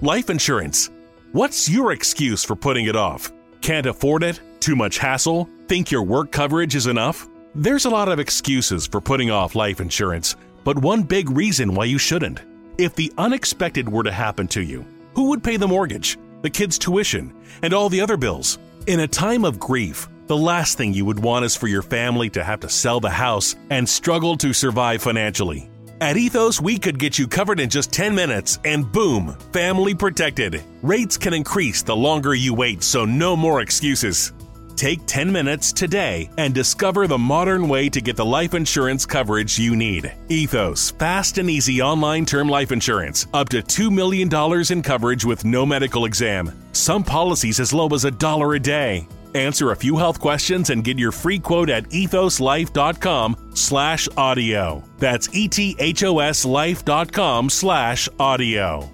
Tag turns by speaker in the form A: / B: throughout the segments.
A: Life insurance. What's your excuse for putting it off? Can't afford it? Too much hassle? Think your work coverage is enough? There's a lot of excuses for putting off life insurance, but one big reason why you shouldn't. If the unexpected were to happen to you, who would pay the mortgage, the kids' tuition, and all the other bills? In a time of grief, the last thing you would want is for your family to have to sell the house and struggle to survive financially. At Ethos, we could get you covered in just 10 minutes and boom, family protected. Rates can increase the longer you wait, so no more excuses. Take 10 minutes today and discover the modern way to get the life insurance coverage you need. Ethos, fast and easy online term life insurance, up to $2 million in coverage with no medical exam. Some policies as low as a dollar a day. Answer a few health questions and get your free quote at ethoslife.com slash audio. That's E E-T-H-O-S life.com slash audio.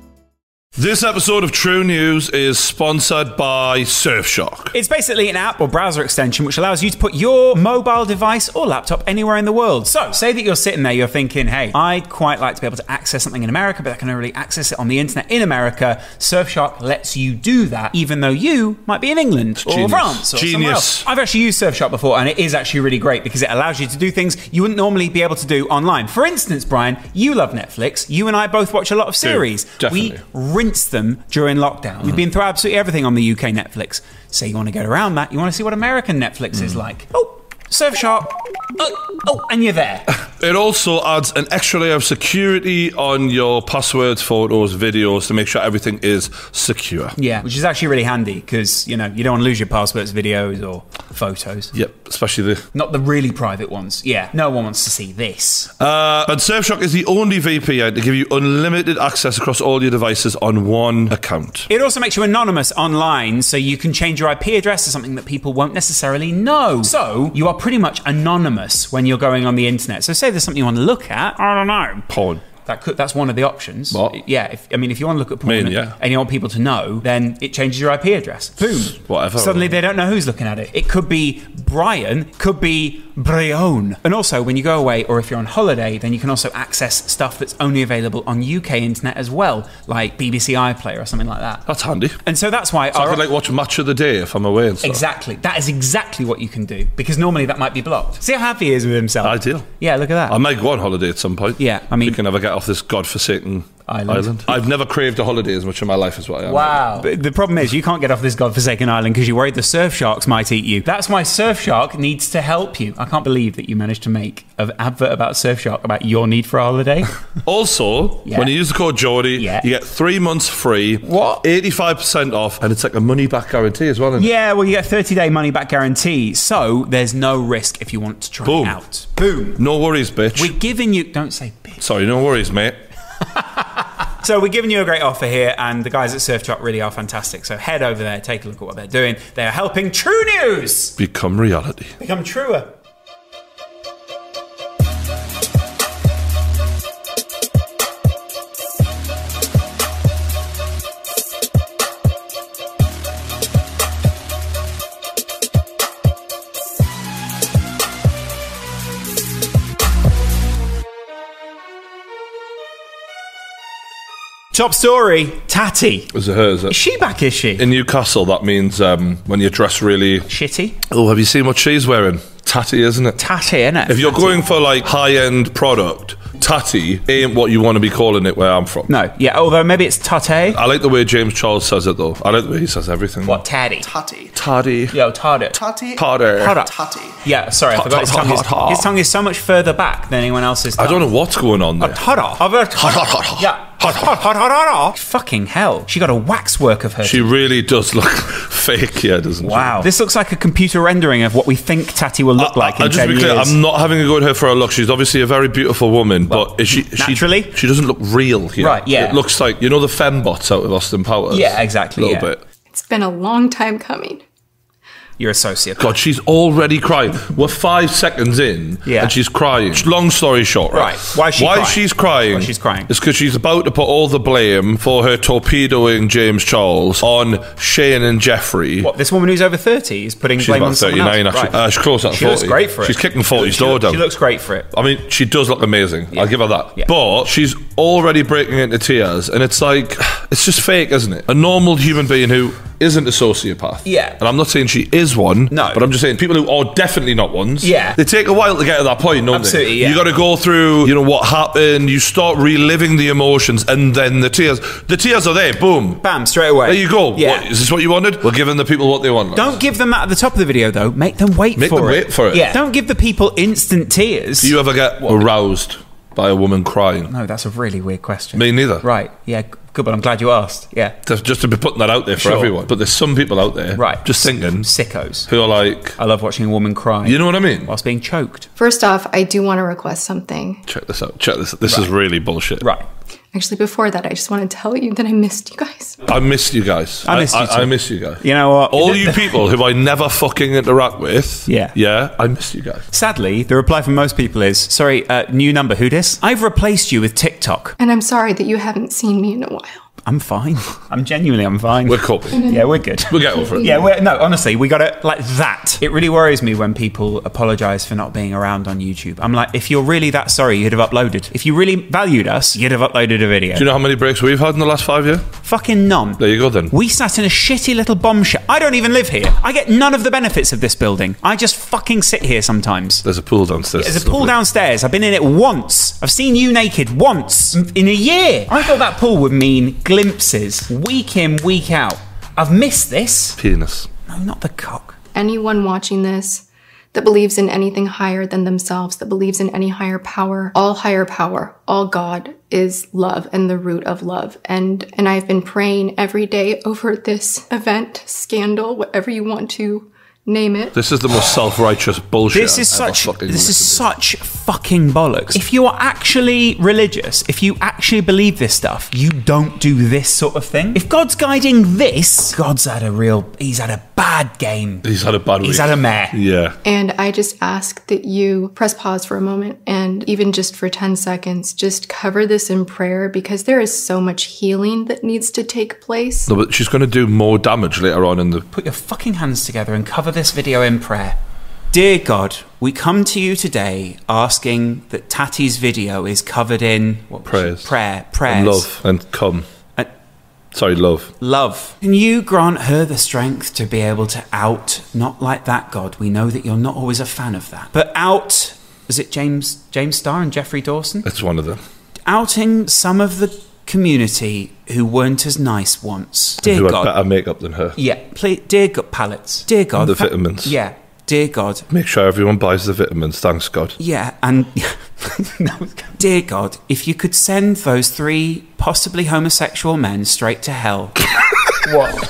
B: This episode of True News is sponsored by Surfshark.
C: It's basically an app or browser extension which allows you to put your mobile device or laptop anywhere in the world. So, say that you're sitting there, you're thinking, hey, I'd quite like to be able to access something in America, but I can only really access it on the internet in America. Surfshark lets you do that, even though you might be in England or
B: Genius.
C: France or somewhere
B: Genius.
C: else. I've actually used Surfshark before, and it is actually really great because it allows you to do things you wouldn't normally be able to do online. For instance, Brian, you love Netflix. You and I both watch a lot of series.
B: definitely.
C: We rinse them during lockdown. We've been through absolutely everything on the UK Netflix. So you want to get around that. You want to see what American Netflix is like. Oh, Surfshark. Oh, oh, and you're there.
B: It also adds an extra layer of security on your passwords, photos, videos to make sure everything is secure.
C: yeah, which is actually really handy because you know you don't want to lose your passwords, videos, or photos.
B: Yep, especially the
C: Not the really private ones. Yeah, no one wants to see this.
B: Uh, and Surfshark is the only VPN to give you unlimited access across all your devices on one account.
C: It also makes you anonymous online, so you can change your IP address to something that people won't necessarily know. So you are pretty much anonymous when you're going on the internet. So say there's something you want to look at. I don't know.
B: Porn.
C: That could, that's one of the options.
B: What?
C: Yeah, if, I mean, if you want to look at porn
B: Mean, yeah.
C: and you want people to know, then it changes your IP address. Boom.
B: Whatever.
C: Suddenly they don't know who's looking at it. It could be Brian, could be Brion. And also, when you go away or if you're on holiday, then you can also access stuff that's only available on UK internet as well, like BBC iPlayer or something like that.
B: That's handy.
C: And so that's why
B: I
C: our-
B: could like watch a match of the day if I'm away and stuff.
C: exactly that is exactly what you can do because normally that might be blocked. See how happy he is with himself.
B: Ideal.
C: Yeah, look at that.
B: I might go on holiday at some point.
C: Yeah, I mean-
B: we can never get off this godforsaken
C: Island.
B: island. I've never craved a holiday as much in my life as what I am.
C: But the problem is, you can't get off this godforsaken island because you're worried the surf sharks might eat you. That's why Surf Shark needs to help you. I can't believe that you managed to make an advert about Surf Shark about your need for a holiday.
B: Also,
C: Yeah.
B: when you use the code Geordie,
C: Yeah.
B: you get three months free,
C: What?
B: 85% off, and it's like a money back guarantee as well. Isn't it?
C: yeah, well, you get a 30 day money back guarantee, so there's no risk if you want to try
B: Boom.
C: it out. Boom.
B: No worries, bitch.
C: We're giving you, don't say bitch.
B: Sorry, no worries, mate.
C: So, we're giving you a great offer here, and the guys at Surf Shark really are fantastic. So, head over there, take a look at what they're doing. They are helping True News
B: Become reality.
C: become truer. Top story, Tatty.
B: Is it her, is
C: Is
B: it?
C: she back, is she?
B: In Newcastle, that means um, when you dress really.
C: Shitty.
B: Oh, have you seen what she's wearing? Tatty, isn't it?
C: Tatty, innit?
B: If you're going for like high end product, tatty ain't what you want to be calling it where I'm from.
C: No, yeah, although maybe it's Tate.
B: I like the way James Charles says it though. I like the way he says everything.
C: What, Taddy?
D: Tati.
B: Toddy.
C: Yo, Tardit.
D: Tati.
B: Potter.
C: Hold up.
D: Tati.
C: Yeah, sorry, I
B: Tot,
C: forgot his
B: tot,
C: tongue.
B: tot,
C: Is,
B: tot.
C: his tongue is so much further back than anyone else's.
B: I
C: tongue.
B: don't know what's going on there.
C: Tada. I've heard-
B: tot, tot, tot.
C: Yeah.
B: Tot, tot.
C: Tot, tot, tot, tot. Fucking hell. She got a waxwork of her.
B: She really does look fake here, doesn't she?
C: wow. This looks like a computer rendering of what we think Tatty will look like in
B: I, just
C: 10
B: be clear,
C: years.
B: I'm not having a go at her for her look. She's obviously a very beautiful woman, but is she, she
C: naturally?
B: She doesn't look real here.
C: Right, yeah.
B: It looks like you know the fembots out of Austin Powers.
C: Yeah, exactly,
B: A little
C: yeah.
B: bit.
E: It's been a long time coming.
C: you're a sociopath.
B: God, she's already crying. We're five seconds in,
C: Yeah.
B: and she's crying. Long story short, right?
C: Right. Why is she crying?
B: she's crying?
C: Why she's crying.
B: It's because she's about to put all the blame for her torpedoing James Charles on Shane and Jeffrey.
C: What, this woman who's over 30 is putting
B: She's
C: blame
B: about
C: on someone
B: 39
C: else?
B: actually. Uh, she's close at
C: she looks
B: 40.
C: great for it.
B: She's kicking 40's
C: She
B: door
C: look-
B: down.
C: She looks great for it.
B: I mean, she does look amazing. I'll give her that.
C: Yeah.
B: But she's already breaking into tears, and it's like, it's just fake, isn't it? A normal human being who isn't a sociopath.
C: Yeah.
B: And I'm not saying she is one.
C: No.
B: But I'm just saying people who are definitely not ones.
C: Yeah.
B: They take a while to get to that point, don't
C: Absolutely,
B: they?
C: yeah.
B: You got to go through, you know, what happened. You start reliving the emotions, and then the tears. The tears are there. Boom.
C: Bam, straight away.
B: There you go.
C: Yeah.
B: What, is this what you wanted? We're giving the people what they want.
C: Don't give them that at the top of the video, though. Oh, Make them wait
B: Make
C: for
B: them
C: it.
B: wait for it.
C: Yeah. Don't give the people instant tears.
B: Do you ever get aroused by a woman crying?
C: no, that's a really weird question.
B: Me neither.
C: Right. Yeah. Good, but I'm glad you asked. Yeah.
B: Just just to be putting that out there for
C: Sure.
B: everyone. But there's some people out there,
C: Right.
B: Just thinking,
C: Sickos.
B: who are like,
C: I love watching a woman cry.
B: you know what I mean?
C: Whilst being choked.
D: First off, I do want to request something.
B: Check this out. Check this. out. This is really bullshit.
C: Right.
D: Actually, before that, I just want to tell you that I missed you guys.
B: I missed you guys.
C: I missed you
B: I,
C: too.
B: miss you guys.
C: You know what?
B: All you people who I never fucking interact with.
C: Yeah.
B: Yeah. I miss you guys.
C: Sadly, the reply from most people is, sorry, uh, new number, who dis? I've replaced you with TikTok.
D: And I'm sorry that you haven't seen me in a while.
C: I'm fine. I'm genuinely, I'm fine.
B: We're coping.
C: yeah, we're good.
B: We'll get over it.
C: Yeah, we're, no, honestly, we got it like that. It really worries me when people apologize for not being around on YouTube. I'm like, if you're really that sorry, you'd have uploaded. If you really valued us, you'd have uploaded a video.
B: Do you know how many breaks we've had in the last five years?
C: Fucking none.
B: There you go then.
C: We sat in a shitty little bomb shed. I don't even live here. I get none of the benefits of this building. I just fucking sit here sometimes.
B: There's a pool downstairs.
C: There's a pool downstairs. I've been in it once. I've seen you naked once in a year. I thought that pool would mean glimpses, week in, week out. I've missed this.
B: Penis.
C: No, not the cock.
D: Anyone watching this that believes in anything higher than themselves, that believes in any higher power, all higher power, all God is love and the root of love. And and I've been praying every day over this event, scandal, whatever you want to name it.
B: This is the most self-righteous bullshit.
C: This is
B: I've ever
C: such
B: fucking
C: this is
B: listened to.
C: such fucking bollocks. If you are actually religious, if you actually believe this stuff, you don't do this sort of thing. If God's guiding this, God's had a real he's had a bad game.
B: He's had a bad week.
C: He's had a mare.
B: Yeah.
D: And I just ask that you press pause for a moment and even just for 10 seconds, just cover this in prayer because there is so much healing that needs to take place.
B: No, but she's going to do more damage later on in the.
C: Put your fucking hands together and cover this video in prayer. Dear God, we come to you today asking that Tati's video is covered in what was it?
B: Prayers.
C: prayer, prayers,
B: And love and come.
C: And-
B: Sorry, love.
C: love. Can you grant her the strength to be able to out, not like that, God? We know that you're not always a fan of that, but out. Is it James James Starr and Jeffrey Dawson
B: It's one of them.
C: outing some of the community who weren't as nice once? Dear
B: who
C: God,
B: had better makeup than her.
C: yeah, please, dear God, pallets, dear God,
B: The vitamins.
C: yeah, dear God,
B: Make sure everyone buys the vitamins. Thanks, God.
C: Yeah, and No. dear God, if you could send those three possibly homosexual men straight to hell. what?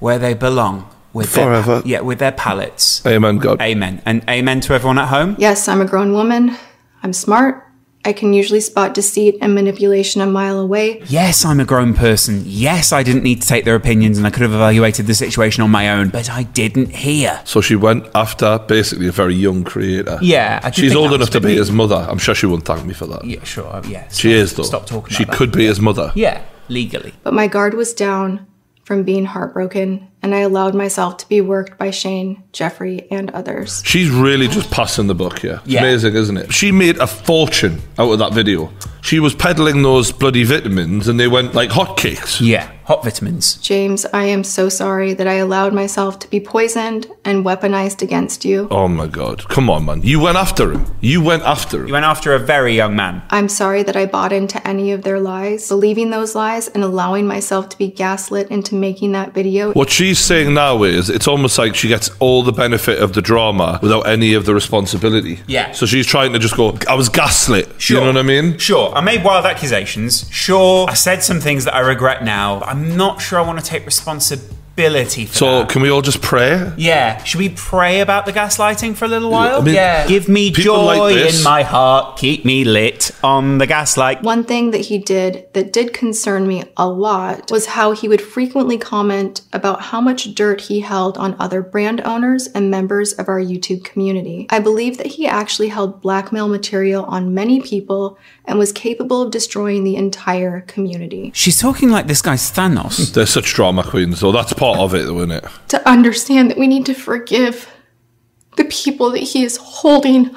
C: Where they belong with Their,
B: Forever.
C: yeah, with their pallets.
B: Amen, God.
C: Amen, and amen to everyone at home.
D: Yes, I'm a grown woman. I'm smart. I can usually spot deceit and manipulation a mile away.
C: Yes, I'm a grown person. Yes, I didn't need to take their opinions, and I could have evaluated the situation on my own, but I didn't hear.
B: So she went after basically a very young creator.
C: Yeah, I did
B: She's
C: think
B: old
C: that was
B: enough to
C: a bit
B: be
C: mean.
B: his mother. I'm sure she won't thank me for that.
C: Yeah, sure. uh, Yeah,
B: She
C: stop-
B: is, though.
C: Stop talking.
B: She
C: about that.
B: could be his mother.
C: Yeah, legally.
D: But my guard was down from being heartbroken, and I allowed myself to be worked by Shane, Jeffrey, and others.
B: She's really just passing the buck here. It's
C: Yeah.
B: Amazing, isn't it? She made a fortune out of that video. She was peddling those bloody vitamins and they went like hotcakes.
C: Yeah, hot vitamins.
D: James, I am so sorry that I allowed myself to be poisoned and weaponized against you.
B: Oh my God. Come on, man. You went after him. You went after him.
C: You went after a very young man.
D: I'm sorry that I bought into any of their lies, believing those lies and allowing myself to be gaslit into making that video.
B: What she's saying now is it's almost like she gets all the benefit of the drama without any of the responsibility.
C: Yeah.
B: So she's trying to just go, I was gaslit. You know what I mean?
C: Sure, I made wild accusations. Sure, I said some things that I regret now. But I'm not sure I want to take responsibility responsibility for
B: So
C: that.
B: can we all just pray?
C: Yeah. Should we pray about the gaslighting for a little
B: I
C: while?
B: mean,
E: Yeah.
C: Give me
B: People
C: joy
B: like this.
C: in my heart. Keep me lit on the gaslight.
D: One thing that he did that did concern me a lot was how he would frequently comment about how much dirt he held on other brand owners and members of our YouTube community. I believe that he actually held blackmail material on many people and was capable of destroying the entire community.
C: She's talking like this guy's Thanos.
B: They're such drama queens, though. That's part of it, though, isn't it?
D: to understand that we need to forgive the people that he is holding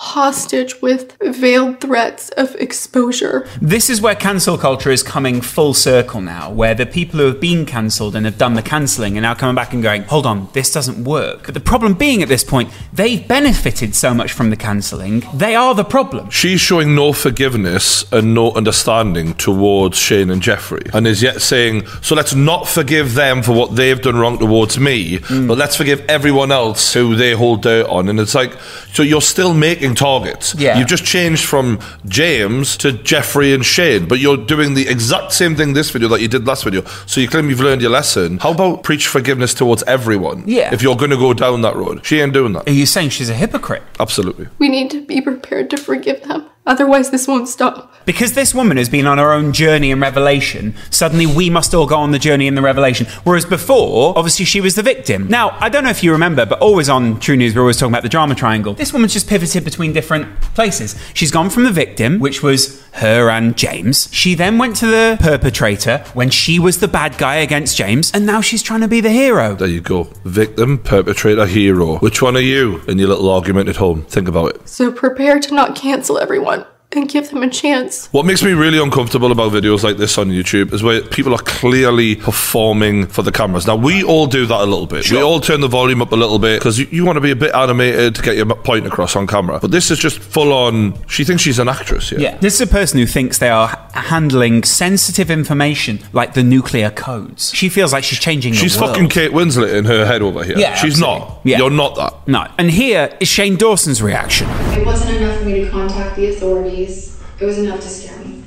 D: hostage with veiled threats of exposure.
C: This is where cancel culture is coming full circle now, where the people who have been cancelled and have done the cancelling are now coming back and going, hold on, this doesn't work. But the problem being at this point, they've benefited so much from the cancelling, they are the problem.
B: She's showing no forgiveness and no understanding towards Shane and Jeffrey, and is yet saying, "So let's not forgive them for what they've done wrong towards me,
C: Mm.
B: but let's forgive everyone else who they hold dirt on." And it's like, so you're still making targets.
E: Yeah.
B: you've just changed from James to Jeffrey and Shane, but you're doing the exact same thing this video that you did last video. So you claim you've learned your lesson. How about preach forgiveness towards everyone?
E: Yeah.
B: if you're going to go down that road, she ain't doing
C: Are
B: that.
C: you saying she's a hypocrite?
B: Absolutely.
D: We need to be prepared to forgive them. Otherwise, this won't stop.
C: Because this woman has been on her own journey in revelation, suddenly we must all go on the journey in the revelation. Whereas before, obviously she was the victim. Now, I don't know if you remember, but always on True News, we're always talking about the drama triangle. This woman's just pivoted between different places. She's gone from the victim, which was her and James. She then went to the perpetrator when she was the bad guy against James, and now she's trying to be the hero.
B: There you go. Victim, perpetrator, hero. Which one are you in your little argument at home? Think about it.
D: So prepare to not cancel everyone and give them a chance.
B: What makes me really uncomfortable about videos like this on YouTube is where people are clearly performing for the cameras. Now, we all do that a little bit. We all turn the volume up a little bit because you, you want to be a bit animated to get your m- point across on camera. But this is just full on. She thinks she's an actress, yeah?
C: Yeah. This is a person who thinks they are h- handling sensitive information like the nuclear codes. She feels like she's changing the
B: She's
C: world.
B: fucking Kate Winslet in her head over here.
C: Yeah,
B: she's not.
C: absolutely. Yeah.
B: You're not that.
C: No. And here is Shane Dawson's reaction.
F: It wasn't enough for me to contact the authorities. It was enough to scare me.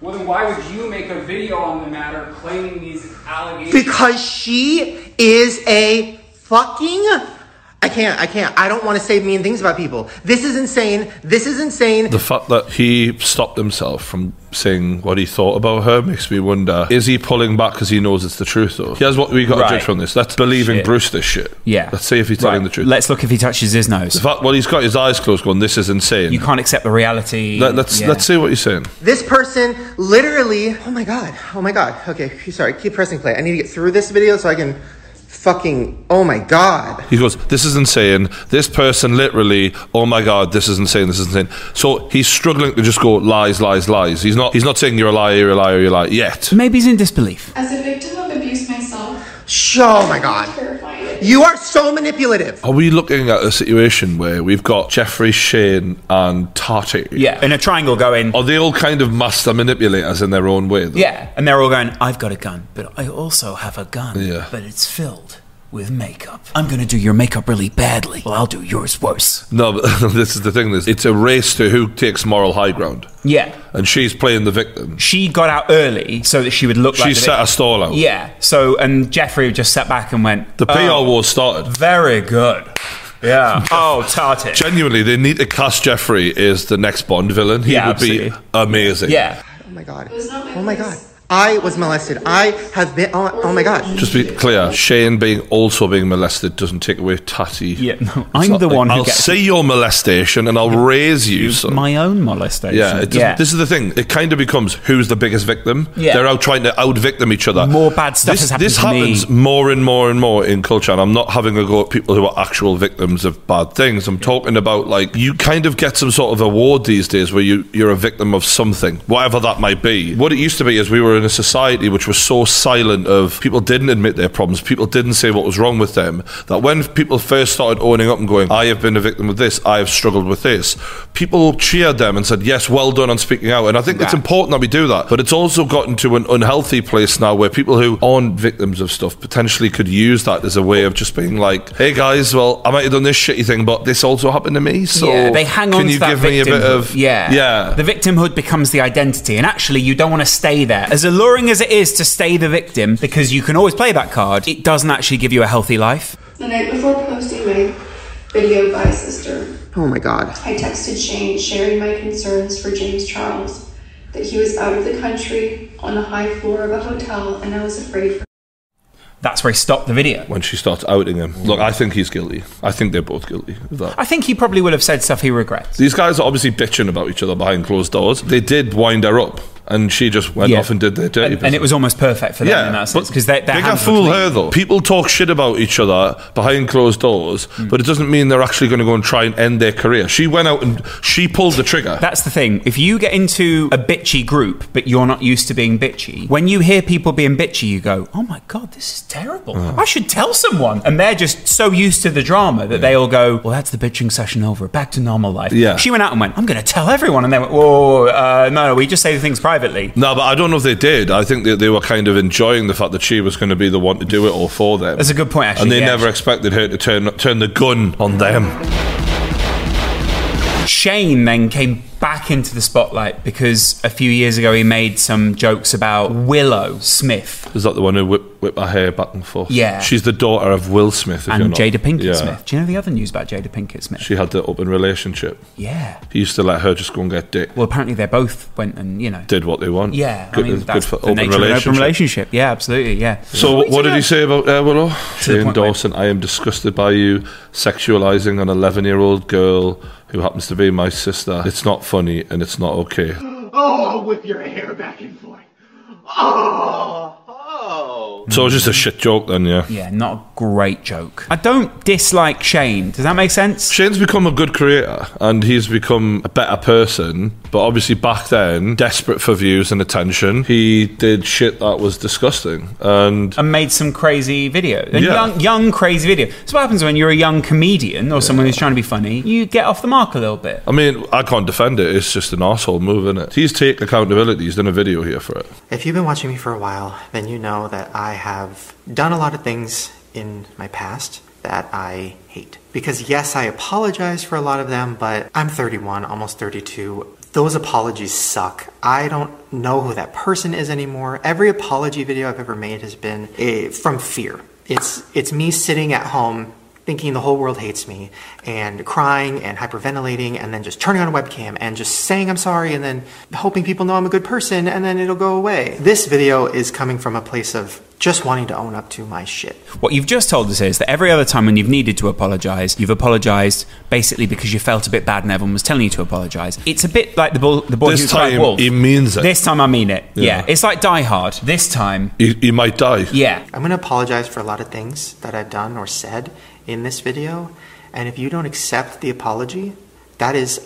G: Well, then why would you make a video on the matter claiming these allegations?
H: Because she is a fucking. I can't, I can't. I don't want to say mean things about people. This is insane. This is insane.
B: The fact that he stopped himself from saying what he thought about her makes me wonder is he pulling back because he knows it's the truth, though? Here's what we got
C: Right.
B: to judge from this. Let's believe in
C: Shit.
B: Bruce this shit.
C: Yeah.
B: Let's see if he's telling
C: Right.
B: the truth.
C: Let's look if he touches his
B: the
C: nose.
B: fact, well, he's got his eyes closed going, this is insane.
C: You can't accept the reality.
B: Let, us
C: Yeah.
B: let's see what he's saying.
H: This person literally. Oh my god. Oh my god. Okay, sorry. Keep pressing play. I need to get through this video so I can fucking. Oh my god.
B: He goes, This is insane. This person literally, oh my God, this is insane, this is insane. So he's struggling to just go lies, lies, lies. He's not he's not saying you're a liar, you're a liar, you're a liar yet.
C: Maybe he's in disbelief.
F: As a victim of abuse myself,
H: Sh- Oh my god.
F: terrifying.
H: You are so manipulative.
B: Are we looking at a situation where we've got Jeffrey, Shane, and Tati?
C: Yeah. In a triangle going.
B: Are they all kind of master manipulators in their own way? Though?
C: Yeah. And they're all going, I've got a gun, but I also have a gun.
B: Yeah.
C: But it's filled with makeup. I'm going to do your makeup really badly. Well, I'll do yours worse.
B: No, but this is the thing. Is it's a race to who takes moral high ground,
C: Yeah.
B: and she's playing the victim.
C: She got out early so that she would look like
B: She
C: the
B: set
C: victim.
B: a stall out.
C: Yeah. So, and Jeffrey just sat back and went,
B: The PR
C: "Oh,
B: war started.
C: Very good. Yeah. oh, Tartic.
B: Genuinely, they need to cast Jeffrey as the next Bond villain. He
C: Yeah,
B: would be
C: absolutely.
B: amazing.
C: yeah.
H: Oh my god.
F: was not my
H: Oh my god.
F: place.
H: I was molested. I have been. Oh, oh my god.
B: Just be clear, Shane being also being molested doesn't take away Tatty.
C: Yeah, no,
B: It's
C: I'm
B: not
C: the
B: like,
C: one who
B: I'll
C: gets-
B: see your molestation and I'll raise you. son.
C: My own molestation.
B: Yeah, it doesn't- this is the thing. It kind of becomes who's the biggest victim.
C: Yeah.
B: They're out trying to out victim each other.
C: More bad stuff
B: this,
C: has happened
B: This
C: to me.
B: happens more and more and more in culture. And I'm not having a go at people who are actual victims of bad things. I'm talking about like you kind of get some sort of award these days where you, you're a victim of something, whatever that might be. What it used to be is we were in a society which was so silent of people didn't admit their problems, people didn't say what was wrong with them, that when people first started owning up and going, I have been a victim of this, I have struggled with this, people cheered them and said, Yes, well done on speaking out. And I think it's
C: Right.
B: important important that we do that, but it's also gotten to an unhealthy place now where people who aren't victims of stuff potentially could use that as a way of just being like, "Hey guys, well, I might have done this shitty thing, but this also happened to me." So
C: yeah, they hang on
B: Can
C: to
B: you
C: that
B: give
C: victimhood.
B: me a bit of
C: yeah
B: yeah?
C: the victimhood becomes the identity and actually you don't want to stay there as as alluring as it is to stay the victim, because you can always play that card, it doesn't actually give you a healthy life.
F: The night before posting my video by sister,
H: Oh my god.
F: I texted Shane sharing my concerns for James Charles, that he was out of the country on the high floor of a hotel and I was afraid for
C: That's where he stopped the video.
B: when she starts outing him. Look, I think he's guilty. I think they're both guilty of that.
C: I think he probably will have said stuff he regrets.
B: These guys are obviously bitching about each other behind closed doors. They did wind her up, and she just went
C: Yeah.
B: off and did their dirty.
C: And, and it was almost perfect for them in that sense because they, their
B: bigger
C: hands were
B: fool
C: clean.
B: her though. People talk shit about each other behind closed doors,
C: Mm.
B: but it doesn't mean they're actually going to go and try and end their career. She went out and she pulled the trigger.
C: That's the thing. If you get into a bitchy group, but you're not used to being bitchy, when you hear people being bitchy, you go, "Oh my god, this is terrible.
I: Uh-huh.
C: I should tell someone." And they're just so used to the drama that they all go, "Well, that's the bitching session over. Back to normal life."
B: Yeah.
C: She went out and went, "I'm going to tell everyone," and they went, "Whoa, whoa, whoa, uh, no, no, we just say the things privately."
B: no, but I don't know if they did. I think that they were kind of enjoying the fact that she was going to be the one to do it all for them.
C: That's a good point, actually,
B: And they
C: yeah.
B: never expected her to turn turn the gun on them.
C: Shane then came back into the spotlight because a few years ago he made some jokes about Willow Smith
B: Is that the one who whip, whip her hair back and forth?
C: Yeah.
B: She's the daughter of Will Smith. If you're
C: and
B: not-
C: Jada Pinkett
B: Yeah.
C: Smith. Do you know the other news about Jada Pinkett Smith?
B: She had the open relationship.
C: yeah.
B: He used to let her just go and get dick.
C: Well, apparently they both went and you know.
B: Did what they want.
C: Yeah,
B: Hmm. Good,
C: I mean
B: good
C: that's
B: for
C: the nature of an open relationship. Yeah, absolutely. Yeah.
B: So what, did he say about uh, Willow?
C: the
B: Shane
C: point, mate.
B: Dawson, I am disgusted by you sexualizing an 11 year old girl who happens to be my sister. It's not funny and it's not okay.
E: Oh, whip your hair back and forth. Oh, oh.
B: So it was just a shit joke then, yeah.
C: Yeah, not a great joke. I don't dislike Shane. Does that make sense?
B: Shane's become a good creator and he's become a better person, but obviously back then, desperate for views and attention, he did shit that was disgusting. And
C: And made some crazy video, a
B: Yeah.
C: young, young crazy video. So what happens when you're a young comedian or someone who's trying to be funny? You get off the mark a little bit.
B: I mean, I can't defend it. It's just an asshole move, is it? He's taken accountability. He's done a video here for it.
E: If you've been watching me for a while, then you know that I have done a lot of things in my past that I hate. Because yes, I apologize for a lot of them, but I'm 31, almost 32. Those apologies suck. I don't know who that person is anymore. Every apology video I've ever made has been eh, from fear. It's it's me sitting at home thinking the whole world hates me and crying and hyperventilating and then just turning on a webcam and just saying I'm sorry and then hoping people know I'm a good person and then it'll go away. This video is coming from a place of just wanting to own up to my shit.
C: What you've just told us is that every other time when you've needed to apologise, you've apologised basically because you felt a bit bad and everyone was telling you to apologise. It's a bit like the, bull, the boy
B: This
C: who cried
B: time,
C: wolf.
B: he means it.
C: This time I mean it. Yeah.
B: Yeah.
C: It's like Die Hard. This time,
B: He, he might die.
C: yeah.
E: I'm gonna apologize for a lot of things that I've done or said in this video, and if you don't accept the apology, that is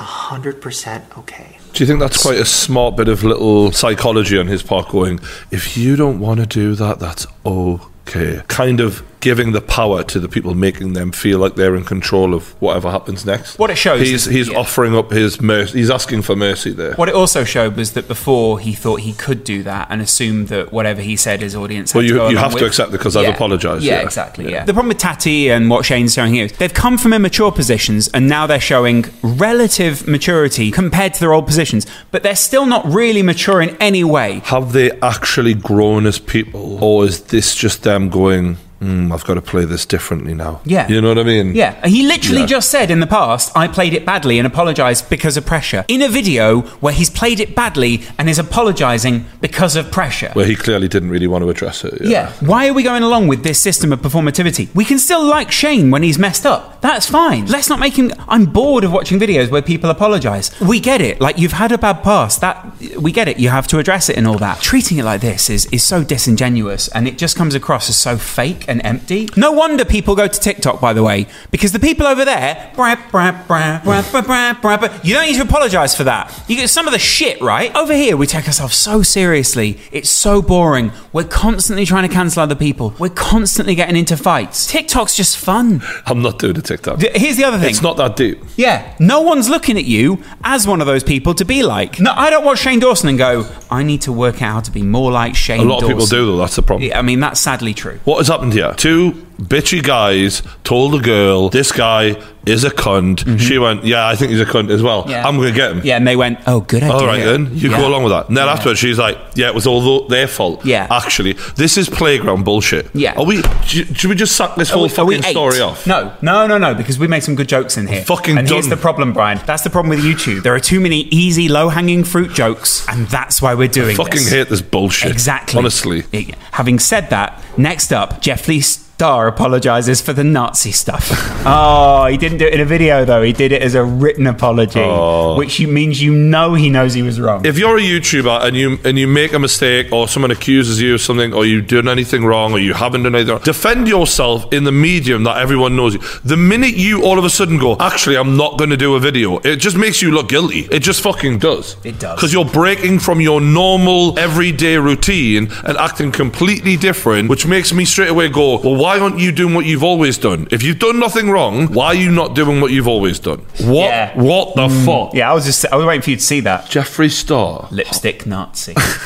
E: 100% okay.
B: Do you think that's quite a smart bit of little psychology on his part going, if you don't want to do that, that's okay? Kind of giving the power to the people, making them feel like they're in control of whatever happens next.
C: What it shows
B: He's,
C: is-
B: he's
C: yeah.
B: offering up his mercy. He's asking for mercy there.
C: What it also showed was that before he thought he could do that and assumed that whatever he said his audience.
B: Well,
C: had
B: you-
C: to go
B: you
C: along
B: have to
C: with.
B: accept that 'cause I've apologised,
C: Yeah,
B: yeah.
C: exactly. Yeah.
B: Yeah.
C: The problem with Tati and what Shane's showing here is they've come from immature positions and now they're showing relative maturity compared to their old positions, but they're still not really mature in any way.
B: Have they actually grown as people, or is this just them going, mm, I've got to play this differently now?
C: Yeah.
B: You know what I mean?
C: Yeah, he literally
B: Yeah.
C: just said in the past, I played it badly and apologized because of pressure. In a video where he's played it badly and is apologizing because of pressure.
B: Where he clearly didn't really want to address it.
C: Yeah. Why are we going along with this system of performativity? We can still like Shane when he's messed up. That's fine. Let's not make him. I'm bored of watching videos where people apologize. We get it. Like you've had a bad past. That we get it. You have to address it and all that. Treating it like this is is so disingenuous and it just comes across as so fake and empty. No wonder people go to TikTok, by the way, because the people over there, brah, brah, brah, brah, brah, brah, brah, brah. you don't need to apologise for that. You get some of the shit right. Over here, we take ourselves so seriously. It's so boring. We're constantly trying to cancel other people. We're constantly getting into fights. TikTok's just fun.
B: I'm not doing a TikTok.
C: D- Here's the other thing.
B: It's not that deep.
C: Yeah, no one's looking at you as one of those people to be like. No, I don't watch Shane Dawson and go, I need to work out how to be more like Shane
B: A lot
C: Dawson.
B: of people do, though. That's the problem.
C: Yeah, I mean, that's sadly true.
B: What has happened here? Two bitchy guys told the girl, this guy is a cunt. She went, yeah, I think he's a cunt as well. I'm going to get him.
C: Mm-hmm. Yeah, and they went, oh, good idea.
B: All right, then you
C: Yeah.
B: go along with that. And then afterwards, she's like, "Yeah, it was all tho- their fault."
C: Yeah.
B: actually, this is playground bullshit.
C: Yeah.
B: are we? sh- Should we just suck this whole
C: we- we
B: fucking
C: eight?
B: story off?
C: No, no, no, no, because we made some good jokes in here.
B: Fucking
C: and here's
B: done.
C: the problem, Brian. That's the problem with YouTube. There are too many easy, low-hanging fruit jokes, and that's why we're doing.
B: fucking
C: this.
B: hate this bullshit.
C: Exactly.
B: honestly.
C: It- having said that, next up, Jeff Lee Starr apologizes for the Nazi stuff. oh, he didn't do it in a video though. He did it as a written apology,
B: Oh.
C: which you, means you know he knows he was wrong.
B: If you're a YouTuber and you and you make a mistake, or someone accuses you of something, or you've done anything wrong, or you haven't done anything, wrong, defend yourself in the medium that everyone knows you. The minute you all of a sudden go, actually, I'm not going to do a video, it just makes you look guilty. It just fucking does.
C: It does.
B: Because you're breaking from your normal everyday routine and acting completely different, which makes me straight away go, well, why aren't you doing what you've always done? If you've done nothing wrong, why are you not doing what you've always done? What?
C: Yeah. Mm.
B: What the fuck?
C: yeah, I was just I was waiting for you to see that
B: Jeffree Star.
C: lipstick Nazi.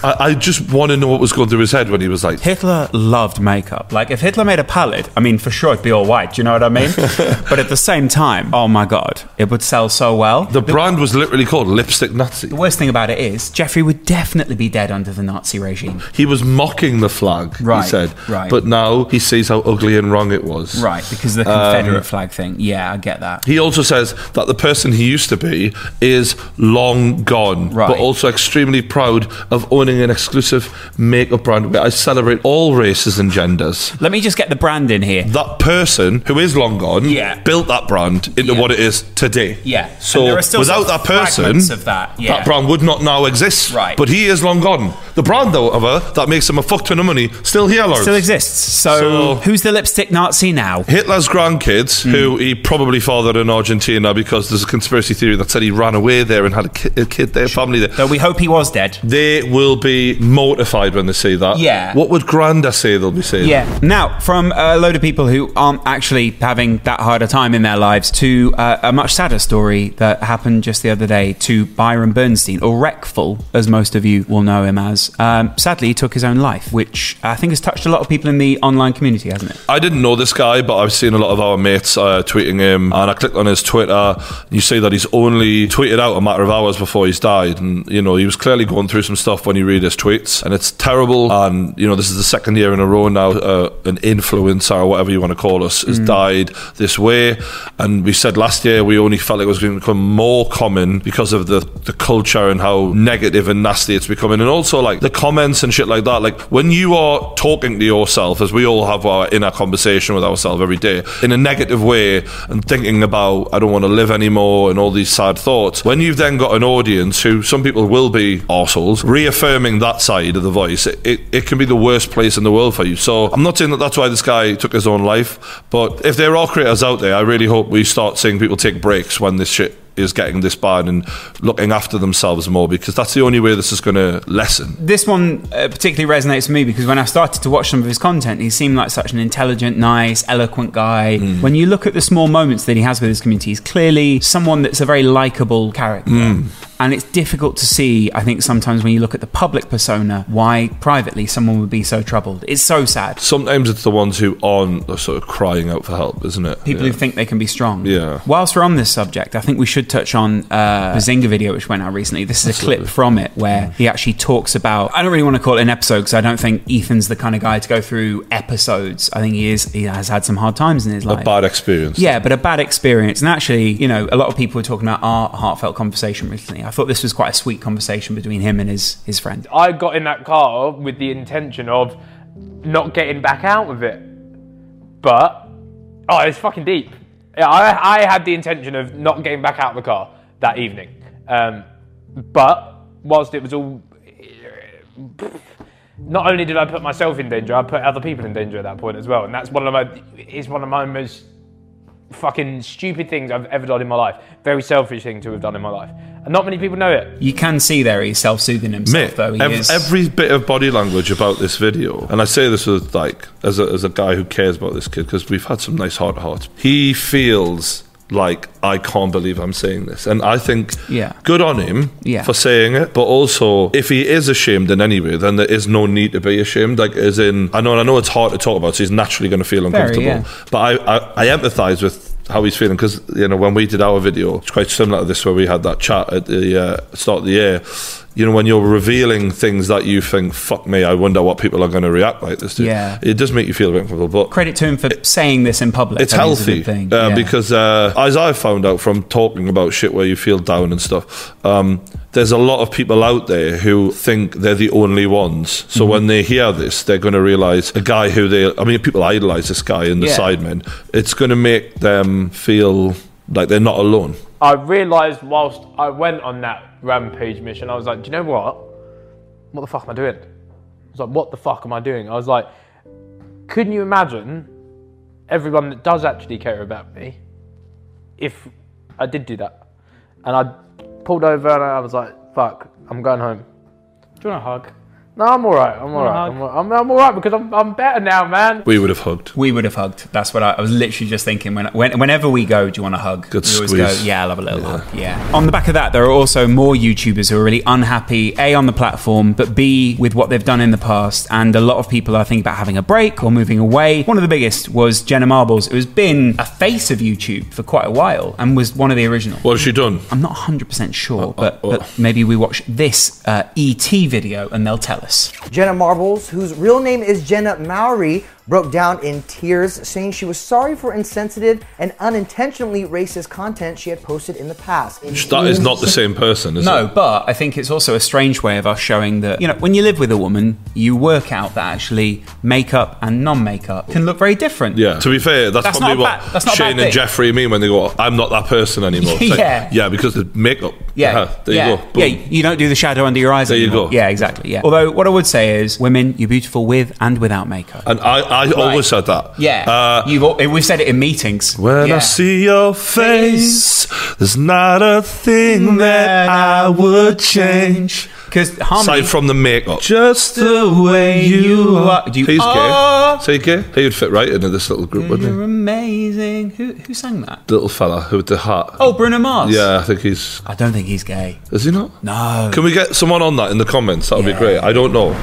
B: I, I just want to know what was going through his head when he was like,
C: Hitler loved makeup. Like, if Hitler made a palette, I mean, for sure it'd be all white. Do you know what I mean? but at the same time, oh my God, it would sell so well.
B: the brand was literally called Lipstick Nazi.
C: The worst thing about it is, Jeffrey would definitely be dead under the Nazi regime.
B: He was mocking the flag,
C: Right,
B: he said.
C: right.
B: But now he sees how ugly and wrong it was.
C: Right, because of the
B: Um,
C: Confederate flag thing. Yeah, I get that.
B: He also says that the person he used to be is long gone,
C: Right.
B: but also extremely proud of owning an exclusive makeup brand where I celebrate all races and genders.
C: Let me just get the brand in here.
B: That person who is long gone
C: Yeah.
B: built that brand into
C: Yeah.
B: what it is today.
C: Yeah.
B: So
C: And there are still
B: without
C: sort
B: that
C: of
B: person,
C: fragments of that, yeah.
B: brand would not now exist.
C: Right.
B: But he is long gone. The brand, however, that makes him a fuck ton of money, still here, Lawrence.
C: Still exists. So,
B: So-
C: who's the lipstick Nazi now?
B: Hitler's grandkids,
C: Hmm.
B: who he probably fathered in Argentina because there's a conspiracy theory that said he ran away there and had a, ki- a kid there, family there.
C: Though we hope he was dead.
B: They will be mortified when they see that.
C: Yeah.
B: What would Granda say they'll be saying?
C: Yeah. Now, from a load of people who aren't actually having that harder time in their lives to uh, a much sadder story that happened just the other day to Byron Bernstein, or Reckful, as most of you will know him as. Um, sadly, he took his own life, which I think has touched a lot of people in the online community, hasn't it?
B: I didn't know this guy, but I've seen a lot of our mates uh, tweeting him, and I clicked on his Twitter. You see that he's only tweeted out a matter of hours before he's died, and you know he was clearly going through some stuff when you read his tweets, and it's terrible. And you know this is the second year in a row now uh, an influencer or whatever you want to call us has died this way, and we said last year we only felt it was going to become more common because of the the culture and how negative and nasty it's becoming, and also like the comments and shit like that. Like when you are talking to yourself, as we all have our inner conversation with ourselves every day, in a negative way, and thinking about I don't want to live anymore and all these sad thoughts. When you've then got an audience who some people will be arseholes, reaffirming that side of the voice, it, it, it can be the worst place in the world for you. So I'm not saying that that's why this guy took his own life, but if there are creators out there, I really hope we start seeing people take breaks when this shit is getting this bad and looking after themselves more because that's the only way this is going to lessen.
C: This one uh, particularly resonates with me because when I started to watch some of his content, he seemed like such an intelligent, nice, eloquent guy. When you look at the small moments that he has with his community, he's clearly someone that's a very likable character.
B: Hmm.
C: And it's difficult to see, I think, sometimes when you look at the public persona, why privately someone would be so troubled. It's so sad.
B: Sometimes it's the ones who aren't the sort of crying out for help, isn't it?
C: People
B: Yeah.
C: who think they can be strong.
B: Yeah.
C: Whilst we're on this subject, I think we should touch on uh, the Zynga video which went out recently. This is a clip from it where he actually talks about. I don't really want to call it an episode because I don't think Ethan's the kind of guy to go through episodes. I think he is. He has had some hard times in his life.
B: a bad experience.
C: Yeah, but a bad experience. And actually, you know, a lot of people were talking about our heartfelt conversation recently. I thought this was quite a sweet conversation between him and his his friend.
J: I got in that car with the intention of not getting back out of it. But, oh, it's fucking deep. Yeah, I, I had the intention of not getting back out of the car that evening. Um, but, whilst it was all. Not only did I put myself in danger, I put other people in danger at that point as well. And that's one of my. It's one of my most fucking stupid things I've ever done in my life. Very selfish thing to have done in my life. And not many people know it.
C: You can see there he's self soothing himself,
B: Mate,
C: though. He
B: ev-
C: is.
B: every bit of body language about this video, and I say this with like as a, as a guy who cares about this kid because we've had some nice heart to hearts. He feels like, I can't believe I'm saying this. And I think,
C: Yeah.
B: good on him
C: Yeah.
B: for saying it. But also, if he is ashamed in any way, then there is no need to be ashamed. Like, as in, I know, I know it's hard to talk about, so he's naturally going to feel uncomfortable.
C: yeah.
B: But I, I, I empathise with how he's feeling because you know when we did our video, it's quite similar to this where we had that chat at the uh, start of the year. You know, when you're revealing things that you think, "Fuck me," I wonder what people are going to react like this to.
C: Yeah.
B: it does make you feel a bit uncomfortable, but
C: Credit to him for saying this in public.
B: it's
C: I think is a
B: healthy
C: good thing.
B: Uh,
C: Yeah.
B: because uh, as I found out from talking about shit where you feel down and stuff, um, there's a lot of people out there who think they're the only ones. So
C: Mm-hmm.
B: when they hear this, they're going to realize a guy who they, I mean, people idolize this guy in the
C: Yeah.
B: Sidemen. It's going to make them feel like they're not alone.
J: I realised whilst I went on that rampage mission, I was like, do you know what? What the fuck am I doing? I was like, what the fuck am I doing? I was like, couldn't you imagine everyone that does actually care about me if I did do that? And I pulled over and I was like, fuck, I'm going home. Do you want a hug? No, I'm alright. I'm alright. I'm, I'm, I'm alright because I'm, I'm better now, man.
B: We would have hugged.
C: we would have hugged. That's what I, I was literally just thinking. When, when whenever we go, do you want a hug?
B: Good
C: we always
B: squeeze.
C: go, yeah, I'll have a little hug. Yeah. On the back of that, there are also more YouTubers who are really unhappy a on the platform, but b with what they've done in the past. And a lot of people are thinking about having a break or moving away. One of the biggest was Jenna Marbles, who has been a face of YouTube for quite a while and was one of the original.
B: What has she done?
C: I'm not 100% sure, but,
B: oh.
C: but maybe we watch this uh, ET video and they'll tell us.
K: Jenna Marbles, whose real name is Jenna Mowry, broke down in tears, saying she was sorry for insensitive and unintentionally racist content she had posted in the past.
B: That is not the same person, is
C: No,
B: it?
C: but I think it's also a strange way of us showing that, you know, when you live with a woman, you work out that actually makeup and non makeup can look very different.
B: Yeah. To be fair, that's,
C: That's
B: probably
C: not a
B: what
C: bad- that's not a bad
B: Shane and
C: thing.
B: Jeffrey mean when they go, "I'm not that person anymore." It's like,
C: Yeah.
B: yeah, because the makeup.
C: Yeah,
B: Uh-huh, there
C: yeah.
B: you go. Boom.
C: Yeah, you don't do the shadow under your eyes.
B: There you
C: anymore.
B: go.
C: Yeah, exactly. Yeah. Although what I would say is, women, you're beautiful with and without makeup.
B: And I, I always said that.
C: yeah,
B: Uh,
C: you've all, we've said it in meetings.
B: when I
C: Yeah.
B: see your face, there's not a thing
C: Mm,
B: that I would change.
C: because harmony.
B: Aside from the makeup. Just the way
C: you are- you
B: He's
C: are- Mm-hmm.
B: gay. So you gay? He would fit right into this little group,
C: you're
B: wouldn't
C: amazing. Who who sang that?
B: he? Little fella who with the hat.
C: Oh, Bruno Mars.
B: Yeah, I think he's.
C: I don't think he's gay.
B: Is he not?
C: No.
B: Can we get someone on that in the comments? That would
C: Yeah.
B: be great. I don't know.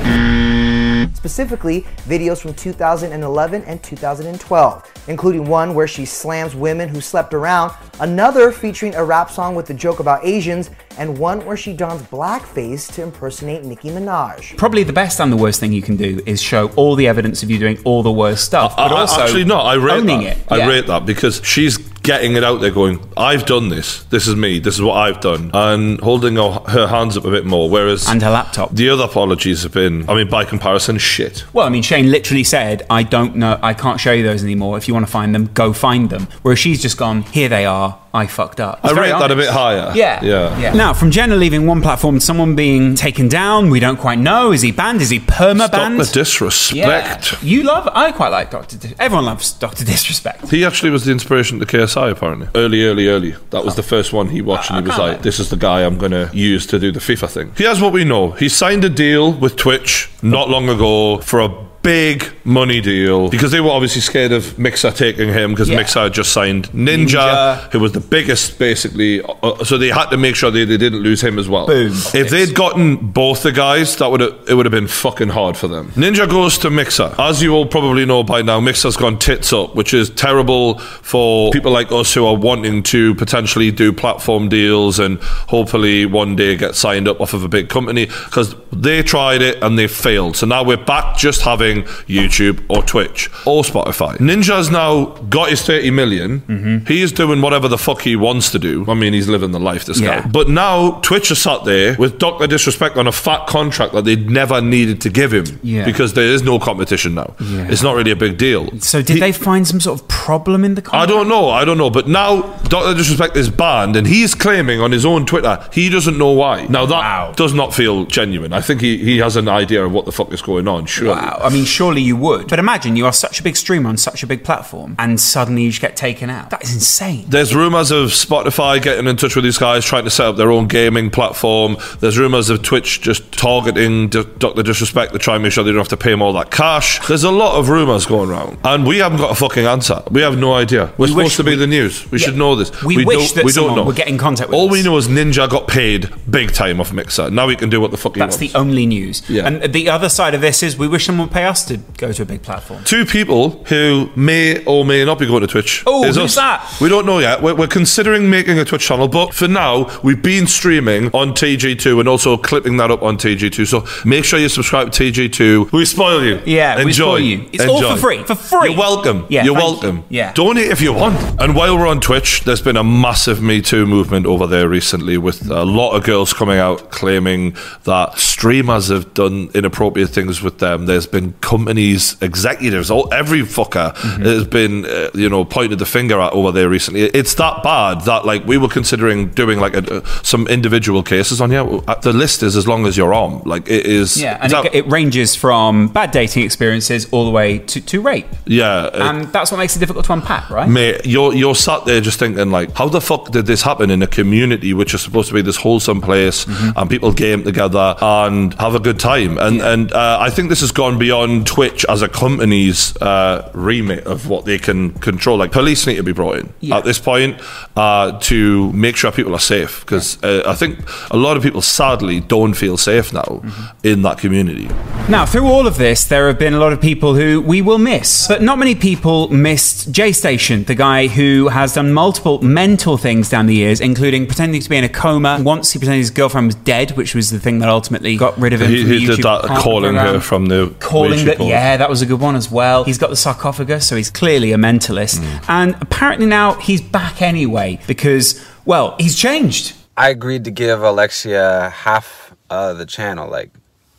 K: specifically videos from 2011 and 2012, including one where she slams women who slept around, another featuring a rap song with a joke about Asians, and one where she dons blackface to impersonate Nicki Minaj.
C: Probably the best and the worst thing you can do is show all the evidence of you doing all the worst stuff, but
B: I- I-
C: also
B: actually, no, I rate
C: owning it.
B: that. I
C: Yeah.
B: rate that because she's getting it out there, going, "I've done this. This is me. This is what I've done," and holding her, her hands up a bit more. Whereas
C: And her laptop.
B: the other apologies have been, I mean, by comparison, shit.
C: Well, I mean, Shane literally said, "I don't know, I can't show you those anymore. If you want to find them, go find them." Whereas she's just gone, "Here they are. I fucked up." It's
B: I
C: very
B: rate that a
C: honest.
B: bit higher.
C: Yeah.
B: yeah.
C: Now, from Jenna leaving one platform, to someone being taken down, we don't quite know. Is he banned? Is he perma
B: Stop
C: banned?
B: the disrespect.
C: You love. I quite like Doctor. Dis- Everyone loves Doctor Disrespect.
B: He actually was the inspiration to KSI, apparently. Oh. Ah, Early, early, early. That was the first one he watched, and he was like, this is the guy I'm going to use to do the FIFA thing. Here's what we know he signed a deal with Twitch not long ago for a big money deal because they were obviously scared of Mixer taking him because
C: Yeah.
B: Mixer had just signed Ninja,
C: Ninja.
B: who was the biggest, basically. Uh, so they had to make sure they, they didn't lose him as well.
C: Boom.
B: If they'd gotten both the guys, that would it would have been fucking hard for them. Ninja goes to Mixer. As you all probably know by now, Mixer's gone tits up, which is terrible for people like us who are wanting to potentially do platform deals and hopefully one day get signed up off of a big company because they tried it and they failed. So now we're back just having YouTube or Twitch or Spotify. Ninja's now got his 30 million. He's doing whatever the fuck he wants to do. I mean, he's living the life, this
C: Yeah.
B: guy. But now Twitch is sat there with Dr. Disrespect on a fat contract that they never needed to give him
C: Yeah.
B: because there is no competition now.
C: Yeah.
B: It's not really a big deal.
C: So, did they find some sort of problem in the?
B: I
C: Contract?
B: don't know. I don't know. But now Dr. Disrespect is banned and he's claiming on his own Twitter he doesn't know why. Now that
C: Wow.
B: does not feel genuine. I think he, he has an idea of what the fuck is going on, surely.
C: Wow. I mean, mean, surely you would. But imagine you are such a big streamer on such a big platform, and suddenly you just get taken out. That is insane.
B: There's rumors of Spotify getting in touch with these guys, trying to set up their own gaming platform. There's rumors of Twitch just targeting D- Dr. Disrespect to try and make sure they don't have to pay him all that cash. There's a lot of rumors going around, and we haven't got a fucking answer. We have no idea. We're
C: We wish
B: supposed to be
C: we-
B: the news. We
C: Yeah.
B: should know this.
C: We wish
B: don't,
C: that
B: we don't
C: someone
B: know.
C: would get in contact with
B: all
C: us.
B: we know is Ninja got paid big time off Mixer. Now he can do what the fuck he
C: That's
B: wants.
C: the only news.
B: Yeah.
C: And the other side of this is we wish someone would pay us to go to a big platform.
B: Two people who may or may not be going to Twitch.
C: Oh,
B: is
C: who's
B: us.
C: that?
B: We don't know yet. We're, we're considering making a Twitch channel, but for now, we've been streaming on TG2 and also clipping that up on TG2. So make sure you subscribe to TG2. We spoil you.
C: Yeah, we
B: enjoy.
C: spoil you. It's all
B: Enjoy.
C: for free. For free.
B: You're welcome.
C: Yeah,
B: you're
C: thank
B: welcome.
C: you. Yeah.
B: Donate if you want. And while we're on Twitch, there's been a massive Me Too movement over there recently, with a lot of girls coming out claiming that streamers have done inappropriate things with them. There's been companies, executives, all every fucker
C: Mm-hmm.
B: has been, uh, you know, pointed the finger at over there recently. It's that bad that like we were considering doing like a, uh, some individual cases on here. Uh, The list is as long as your arm. Like it is.
C: Yeah, and
B: it's out-
C: it, it ranges from bad dating experiences all the way to, to rape.
B: yeah. it-
C: And that's what makes it difficult to unpack, right?
B: Mate, you're you're sat there just thinking like, how the fuck did this happen in a community which is supposed to be this wholesome place
C: Mm-hmm.
B: and people game together and have a good time? And and uh, I think this has gone beyond Twitch as a company's uh, remit of what they can control. Like police need to be brought in
C: Yeah.
B: at this point uh, to make sure people are safe because uh, I think a lot of people sadly don't feel safe now
C: Mm-hmm.
B: in that community.
C: Now, through all of this, there have been a lot of people who we will miss, but not many people missed J Station, the guy who has done multiple mental things down the years, including pretending to be in a coma. Once he pretended his girlfriend was dead, which was the thing that ultimately got rid of him.
B: He-
C: from the
B: he did
C: YouTube
B: that
C: partner
B: calling
C: program.
B: her from the way
C: calling
B: she
C: that.
B: called.
C: Yeah, that was a good one as well. He's got the sarcophagus, so he's clearly a mentalist,
B: Mm.
C: and apparently now he's back anyway because, well, he's changed.
L: I agreed to give Alexia half of the channel, like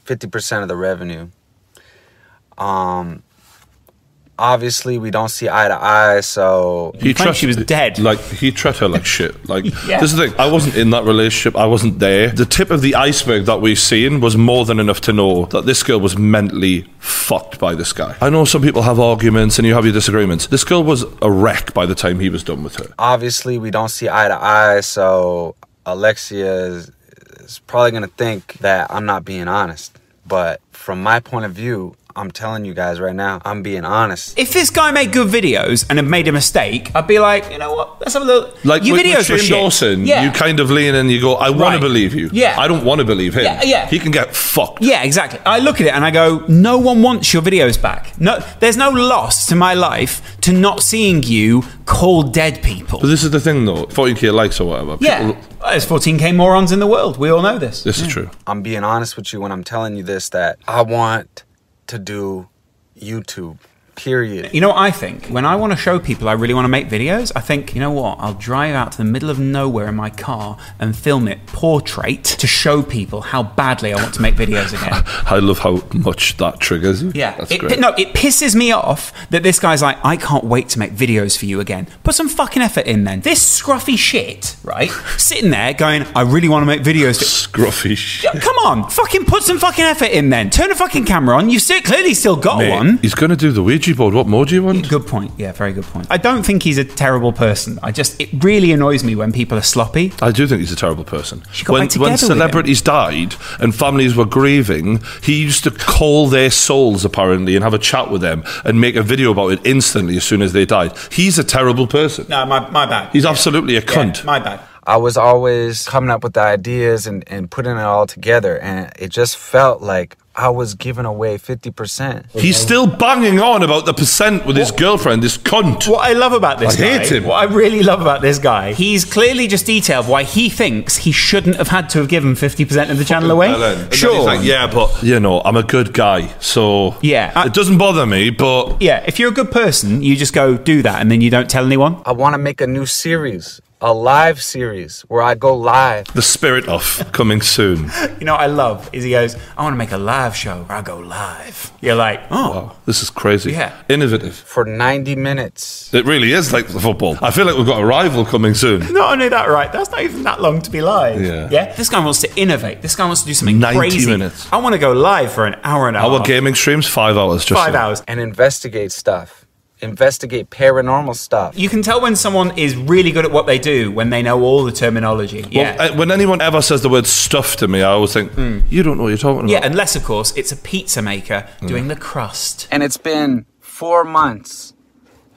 L: 50% of the revenue. Um, obviously, we don't see eye to eye, so
B: He
C: claimed
B: treated-
C: she was dead.
B: Like he treated her like shit. Like
C: Yeah.
B: this is the thing. I wasn't in that relationship. I wasn't there. The tip of the iceberg that we've seen was more than enough to know that this girl was mentally fucked by this guy. I know some people have arguments and you have your disagreements. This girl was a wreck by the time he was done with her.
L: obviously, we don't see eye to eye, so Alexia is, is probably gonna think that I'm not being honest. But from my point of view, I'm telling you guys right now, I'm being honest.
C: If this guy made good videos and had made a mistake, I'd be like, you know what? Let's have a look.
B: Like
C: your
B: with,
C: videos
B: with Shane
C: were shit.
B: Dawson,
C: Yeah.
B: you kind of lean in and you go, "I want
C: Right.
B: to believe you.
C: Yeah.
B: I don't want to believe him.
C: Yeah, yeah.
B: He can get fucked.
C: Yeah, exactly. I look at it and I go, no one wants your videos back. No, there's no loss to my life to not seeing you call dead people.
B: But this is the thing, though. 40k likes or whatever.
C: yeah,
B: People-
C: there's 14k morons in the world. We all know this.
B: this is true.
L: I'm being honest with you when I'm telling you this that I want to do YouTube. Period.
C: You know what I think? When I want to show people I really want to make videos, I think, you know what? I'll drive out to the middle of nowhere in my car and film it portrait to show people how badly I want to make videos again.
B: I love how much that triggers you.
C: Yeah,
B: that's
C: it,
B: great.
C: no, it pisses me off that this guy's like, I can't wait to make videos for you again. Put some fucking effort in, then. This scruffy shit, right? Sitting there going, I really want to make videos. For-
B: Scruffy shit.
C: Yeah, Come on, fucking put some fucking effort in, then. Turn the fucking camera on. You still clearly still got
B: Mate,
C: one.
B: He's going to do the Ouija board. What more do you want?
C: Good point. Yeah, very good point. I don't think he's a terrible person. I just it really annoys me when people are sloppy.
B: I do think he's a terrible person.
C: got
B: when
C: back together
B: when
C: with him.
B: celebrities died and families were grieving, he used to call their souls apparently and have a chat with them and make a video about it instantly as soon as they died. He's a terrible person.
C: No, my my bad.
B: He's absolutely a cunt.
C: Yeah, my bad.
L: I was always coming up with the ideas and, and putting it all together, and it just felt like I was giving away 50%.
B: He's still banging on about the percent with his girlfriend, this cunt.
C: What I love about this
B: I
C: guy,
B: hate him.
C: what I really love about this guy, he's clearly just detailed why he thinks he shouldn't have had to have given 50% of the channel away.
B: Ellen. And then
C: Sure.
B: he's like, yeah, but you know, I'm a good guy, so
C: Yeah. I-
B: it doesn't bother me. But
C: Yeah, if you're a good person, you just go do that and then you don't tell anyone.
L: I want to make a new series. a live series where I go live.
B: The Spirit of coming soon.
C: You know what I love is he goes, I want to make a live show where I go live. You're like, oh.
B: Wow, this is crazy.
C: Yeah.
B: Innovative.
L: For 90 minutes.
B: It really is like the football. I feel like we've got a rival coming soon.
C: Not only that, right? That's not even that long to be live.
B: Yeah.
C: This guy wants to innovate. This guy wants to do something
B: 90
C: crazy.
B: minutes.
C: I want to go live for an hour and a
B: Our
C: half.
B: gaming streams, five hours just
C: Five hours.
L: And investigate stuff, investigate paranormal stuff.
C: You can tell when someone is really good at what they do when they know all the terminology. yeah. Hmm.
B: Well, uh, when anyone ever says the word stuff to me, I always think, you don't know what you're talking about. Hmm.
C: yeah, unless, of course, it's a pizza maker doing the crust.
L: And it's been four months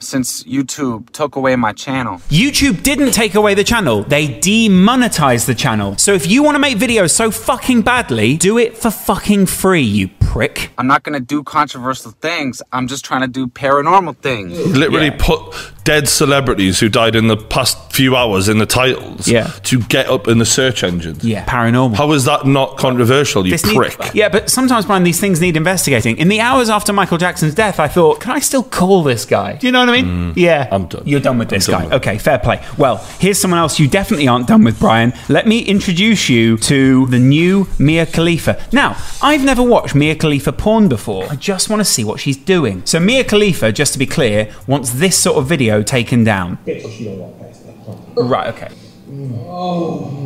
L: since YouTube took away my channel.
C: YouTube didn't take away the channel, they demonetized the channel. So if you want to make videos so fucking badly, do it for fucking free, you prick.
L: I'm not gonna do controversial things. I'm just trying to do paranormal things.
B: Literally put dead celebrities who died in the past few hours in the titles
C: Yeah.
B: to get up in the search engines.
C: Yeah. Paranormal.
B: How is that not controversial, you
C: This need-
B: prick?
C: yeah, but sometimes, Brian, these things need investigating. In the hours after Michael Jackson's death, I thought, can I still call this guy? Do you know what I mean? yeah.
B: Mm. I'm done.
C: You're done with this
B: done
C: guy.
B: with it.
C: okay, fair play. Well, here's someone else you definitely aren't done with, Brian. Let me introduce you to the new Mia Khalifa. Now, I've never watched Mia Khalifa porn before. I just want to see what she's doing. So, Mia Khalifa, just to be clear, wants this sort of video taken down. Right, okay.
M: Oh.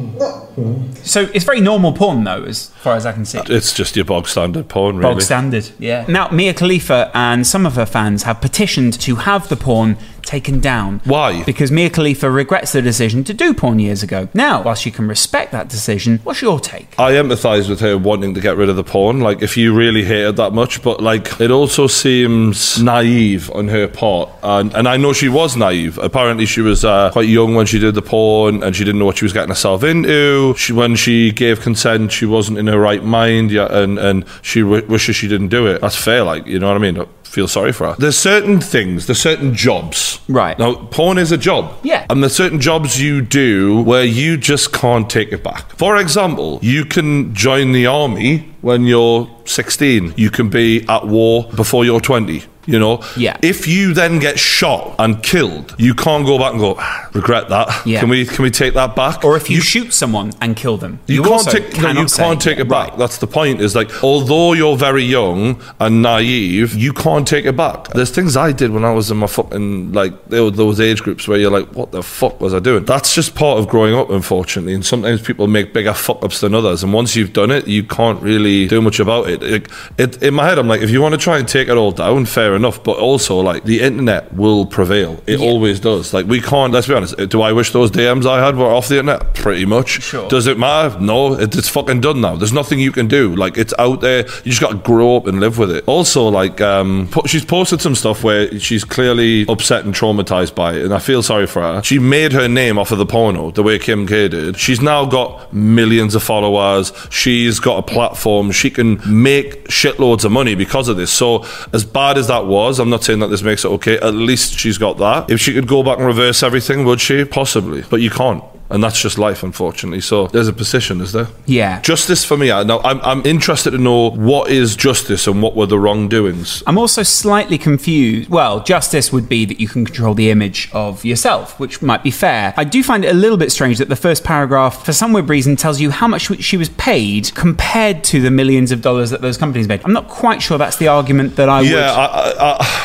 C: So, it's very normal porn, though, as far as I can see.
B: It's just your bog standard porn, really.
C: Bog standard. Yeah. Now, Mia Khalifa and some of her fans have petitioned to have the porn taken down.
B: Why?
C: Because Mia Khalifa regrets the decision to do porn years ago. Now, whilst you can respect that decision, what's your take?
B: I empathise with her wanting to get rid of the porn, like if you really hate it that much, but like it also seems naive on her part. And, and I know she was naive. Apparently, she was uh, quite young when she did the porn and she didn't know what she was getting herself into. She, when she gave consent, she wasn't in her right mind yeah, and, and she w- wishes she didn't do it. That's fair, like, you know what I mean? I feel sorry for her. There's certain things, there's certain jobs.
C: Right.
B: Now, porn is a job.
C: Yeah.
B: And there's certain jobs you do where you just can't take it back. For example, you can join the army when you're 16. You can be at war before you're 20. You know,
C: Yeah.
B: If you then get shot and killed, you can't go back and go "Ah, regret that.
C: Yeah.
B: Can we can we take that back?
C: Or if you, shoot someone and kill them,
B: You, can't
C: also
B: take no,
C: cannot
B: you
C: say-
B: can't take it back.
C: Right.
B: That's the point. Is like although you're very young and naive, you can't take it back. There's things I did when I was in my fucking like there were those age groups where you're like, what the fuck was I doing? That's just part of growing up, unfortunately. And sometimes people make bigger fuck ups than others. And once you've done it, you can't really do much about it. Like, it in my head, I'm like, if you want to try and take it all down, fair enough. But also, like the internet will prevail. It always does. Like we can't. Let's be honest. Do I wish those DMs I had were off the internet? Pretty much.
C: Sure.
B: Does it matter? No, it, it's fucking done now. There's nothing you can do. Like it's out there. You just got to grow up and live with it. Also, like um, po- she's posted some stuff where she's clearly upset and traumatized by it, and I feel sorry for her. She made her name off of the porno the way Kim K did. She's now got millions of followers. She's got a platform. She can make shitloads of money because of this. So as bad as that was, I'm not saying that this makes it okay. At least she's got that. If she could go back and reverse everything, would she? Possibly, but you can't. And that's just life, unfortunately. So there's a position, is there?
C: Yeah.
B: Justice for me. I, now, I'm, I'm interested to know what is justice and what were the wrongdoings.
C: I'm also slightly confused. Well, justice would be that you can control the image of yourself, which might be fair. I do find it a little bit strange that the first paragraph, for some weird reason, tells you how much she was paid compared to the millions of dollars that those companies made. I'm not quite sure that's the argument that I
B: yeah,
C: would.
B: I, I,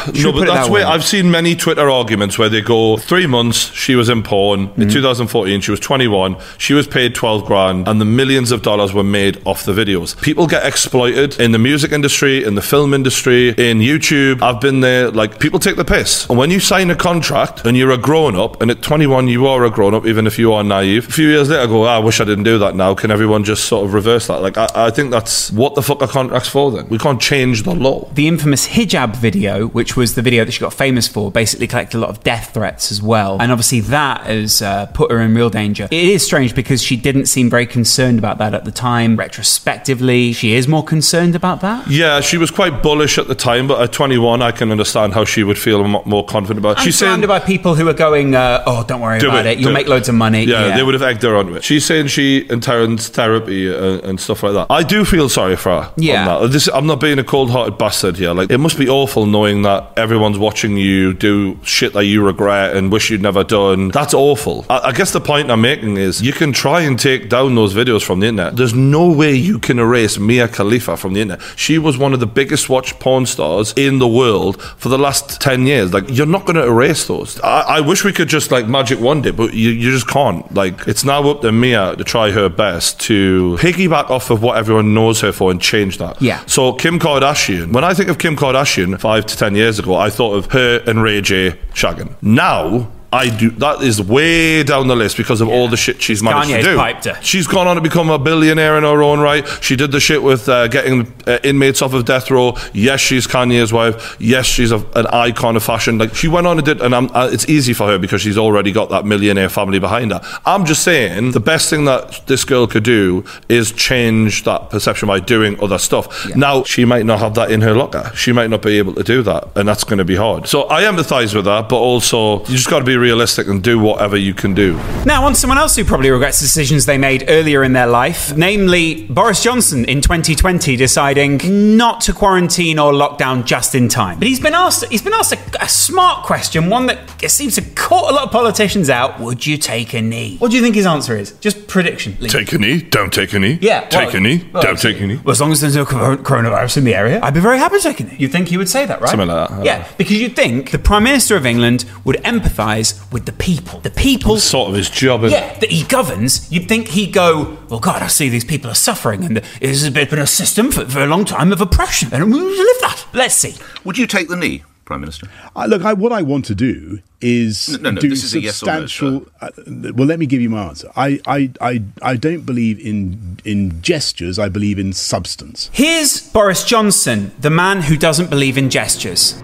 B: I,
C: we
B: no,
C: put
B: but
C: it
B: that's
C: that
B: where
C: way?
B: I've seen many Twitter arguments where they go three months. She was in porn
C: Mm-hmm.
B: in 2014. She was 21. She was paid 12 grand, and the millions of dollars were made off the videos. People get exploited in the music industry, in the film industry, in YouTube. I've been there. Like people take the piss, and when you sign a contract and you're a grown up, and at 21 you are a grown up, even if you are naive. A few years later, I go, "Ah, I wish I didn't do that. Now, can everyone just sort of reverse that? Like, I, I think that's what the fuck are contracts for? Then we can't change the law.
C: the infamous hijab video, which was the video that she got famous for, basically collected a lot of death threats as well. And obviously, that has uh, put her in real danger. It is strange because she didn't seem very concerned about that at the time. Retrospectively, she is more concerned about that.
B: Yeah, she was quite bullish at the time, but at 21, I can understand how she would feel mo- more confident about. it.
C: She's
B: She's saying,
C: surrounded by people who are going, uh, "Oh, don't worry
B: "Do
C: about it. You'll
B: do
C: make loads of money."
B: Yeah, they would have egged her onto it. She's saying she intends therapy and, and stuff like that. I do feel sorry for her.
C: Yeah.
B: on that. This- I'm not being a cold-hearted bastard here. Like, it must be awful knowing that everyone's watching you do shit that you regret and wish you'd never done. That's awful. I, I guess the point I'm making is you can try and take down those videos from the internet. There's no way you can erase Mia Khalifa from the internet. She was one of the biggest watched porn stars in the world for the last 10 years. Like, you're not going to erase those. I, I wish we could just, like, magic wand it, but you, you just can't. Like, it's now up to Mia to try her best to piggyback off of what everyone knows her for and change that.
C: Yeah.
B: So Kim Kardashian. When I think of Kim Kardashian five to ten years ago, I thought of her and Ray J shagging. Now I do. That is way down the list because of all the shit she's managed
C: Kanye's
B: to do.
C: piped her.
B: She's gone on to become a billionaire in her own right. She did the shit with uh, getting uh, inmates off of death row. Yes, she's Kanye's wife. Yes, she's a, an icon of fashion. Like she went on and did, and I'm, uh, it's easy for her because she's already got that millionaire family behind her. I'm just saying the best thing that this girl could do is change that perception by doing other stuff. Now she might not have that in her locker. She might not be able to do that, and that's going to be hard. So I empathise with that, but also you just got to be realistic and do whatever you can do.
C: Now, on to someone else who probably regrets decisions they made earlier in their life, namely Boris Johnson in 2020 deciding not to quarantine or lockdown just in time. But he's been asked he's been asked a, a smart question, one that seems to caught a lot of politicians out. Would you take a knee? What do you think his answer is? Just prediction. Lee.
B: Take a knee. Don't take a knee.
C: Yeah,
B: Take
C: well,
B: a knee.
C: well,
B: don't take a knee.
C: Well, as long as there's no cor- coronavirus in the area, I'd be very happy taking it. You'd think he would say that, right?
B: Something like that.
C: Yeah, because you'd think the Prime Minister of England would empathise with the people. The people.
B: Sort of his job. Isn't
C: Yeah, that he governs. You'd think he'd go, well, God, I see these people are suffering and this has been a system for, for a long time of oppression and we live that. Let's see.
I: Would you take the knee, Prime Minister?
N: I, look, I, what I want to do is
I: No, no, no,
N: do
I: this is a yes or no,
N: substantial. uh, well, let me give you my answer. I, I, I, I don't believe in in gestures. I believe in substance.
C: Here's Boris Johnson, the man who doesn't believe in gestures.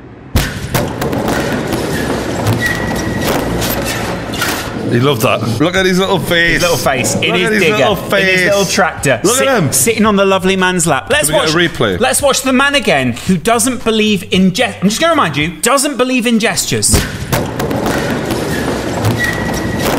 B: He loved that. Look at his little face.
C: His little face in
B: Look
C: his
B: at his
C: digger,
B: little
C: in his
B: face.
C: little tractor.
B: Look at him.
C: sitting on the lovely man's lap. Let's
B: Can we
C: watch
B: get a replay?
C: Let's watch the man again who doesn't believe in. Ge- I'm just going to remind you, doesn't believe in gestures.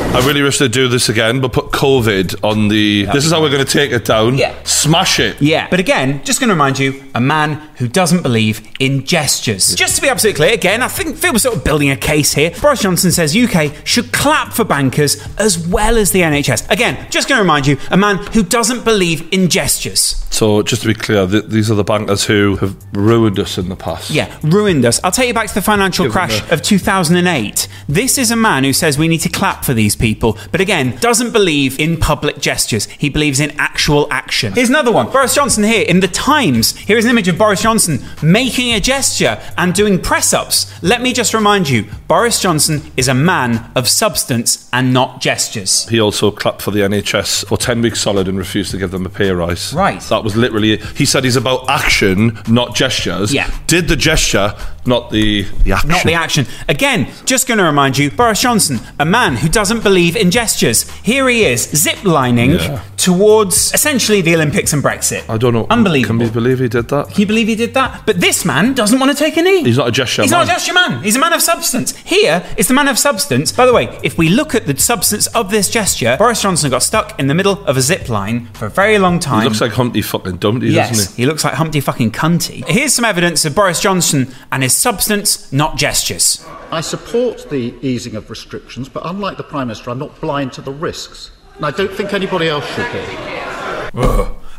B: I really wish they'd do this again, but put COVID on the. this is how we're going to take it down. Yeah. Smash it.
C: Yeah. But again, just going to remind you, a man who doesn't believe in gestures. Just to be absolutely clear, again, I think feel we're sort of building a case here. Boris Johnson says UK should clap for bankers as well as the NHS. Again, just going to remind you, a man who doesn't believe in gestures.
B: So just to be clear, th- these are the bankers who have ruined us in the past.
C: Yeah, ruined us. I'll take you back to the financial
B: Give them
C: crash of 2008. This is a man who says we need to clap for these people, but again, doesn't believe in public gestures. He believes in actual action. Here's another one Boris Johnson here in The Times. Here is an image of Boris Johnson making a gesture and doing press ups. Let me just remind you Boris Johnson is a man of substance and not gestures.
B: He also clapped for the NHS for 10 weeks solid and refused to give them a pay rise. Right. That was literally it. He said he's about action, not gestures.
C: Yeah.
B: Did the gesture, not the, the action.
C: Not the action. Again, just going to remind you, Boris Johnson, a man who doesn't believe in gestures. Here he is, zip lining
B: Yeah.
C: towards essentially the Olympics and Brexit.
B: I don't know.
C: Unbelievable.
B: Can you believe he did that?
C: Can you believe he did that? But this man doesn't want to take a knee.
B: He's not a gesture
C: He's
B: man.
C: not just your man. He's a man of substance. Here is the man of substance. By the way, if we look at the substance of this gesture, Boris Johnson got stuck in the middle of a zip line for a very long time.
B: He looks like Humpty fucking Dumpty,
C: Yes,
B: doesn't
C: he? looks like Humpty fucking cunty. Here's some evidence of Boris Johnson and his substance, not gestures.
O: I support the easing of restrictions, but unlike the Prime Minister, I'm not blind to the risks. And I don't think anybody else should be.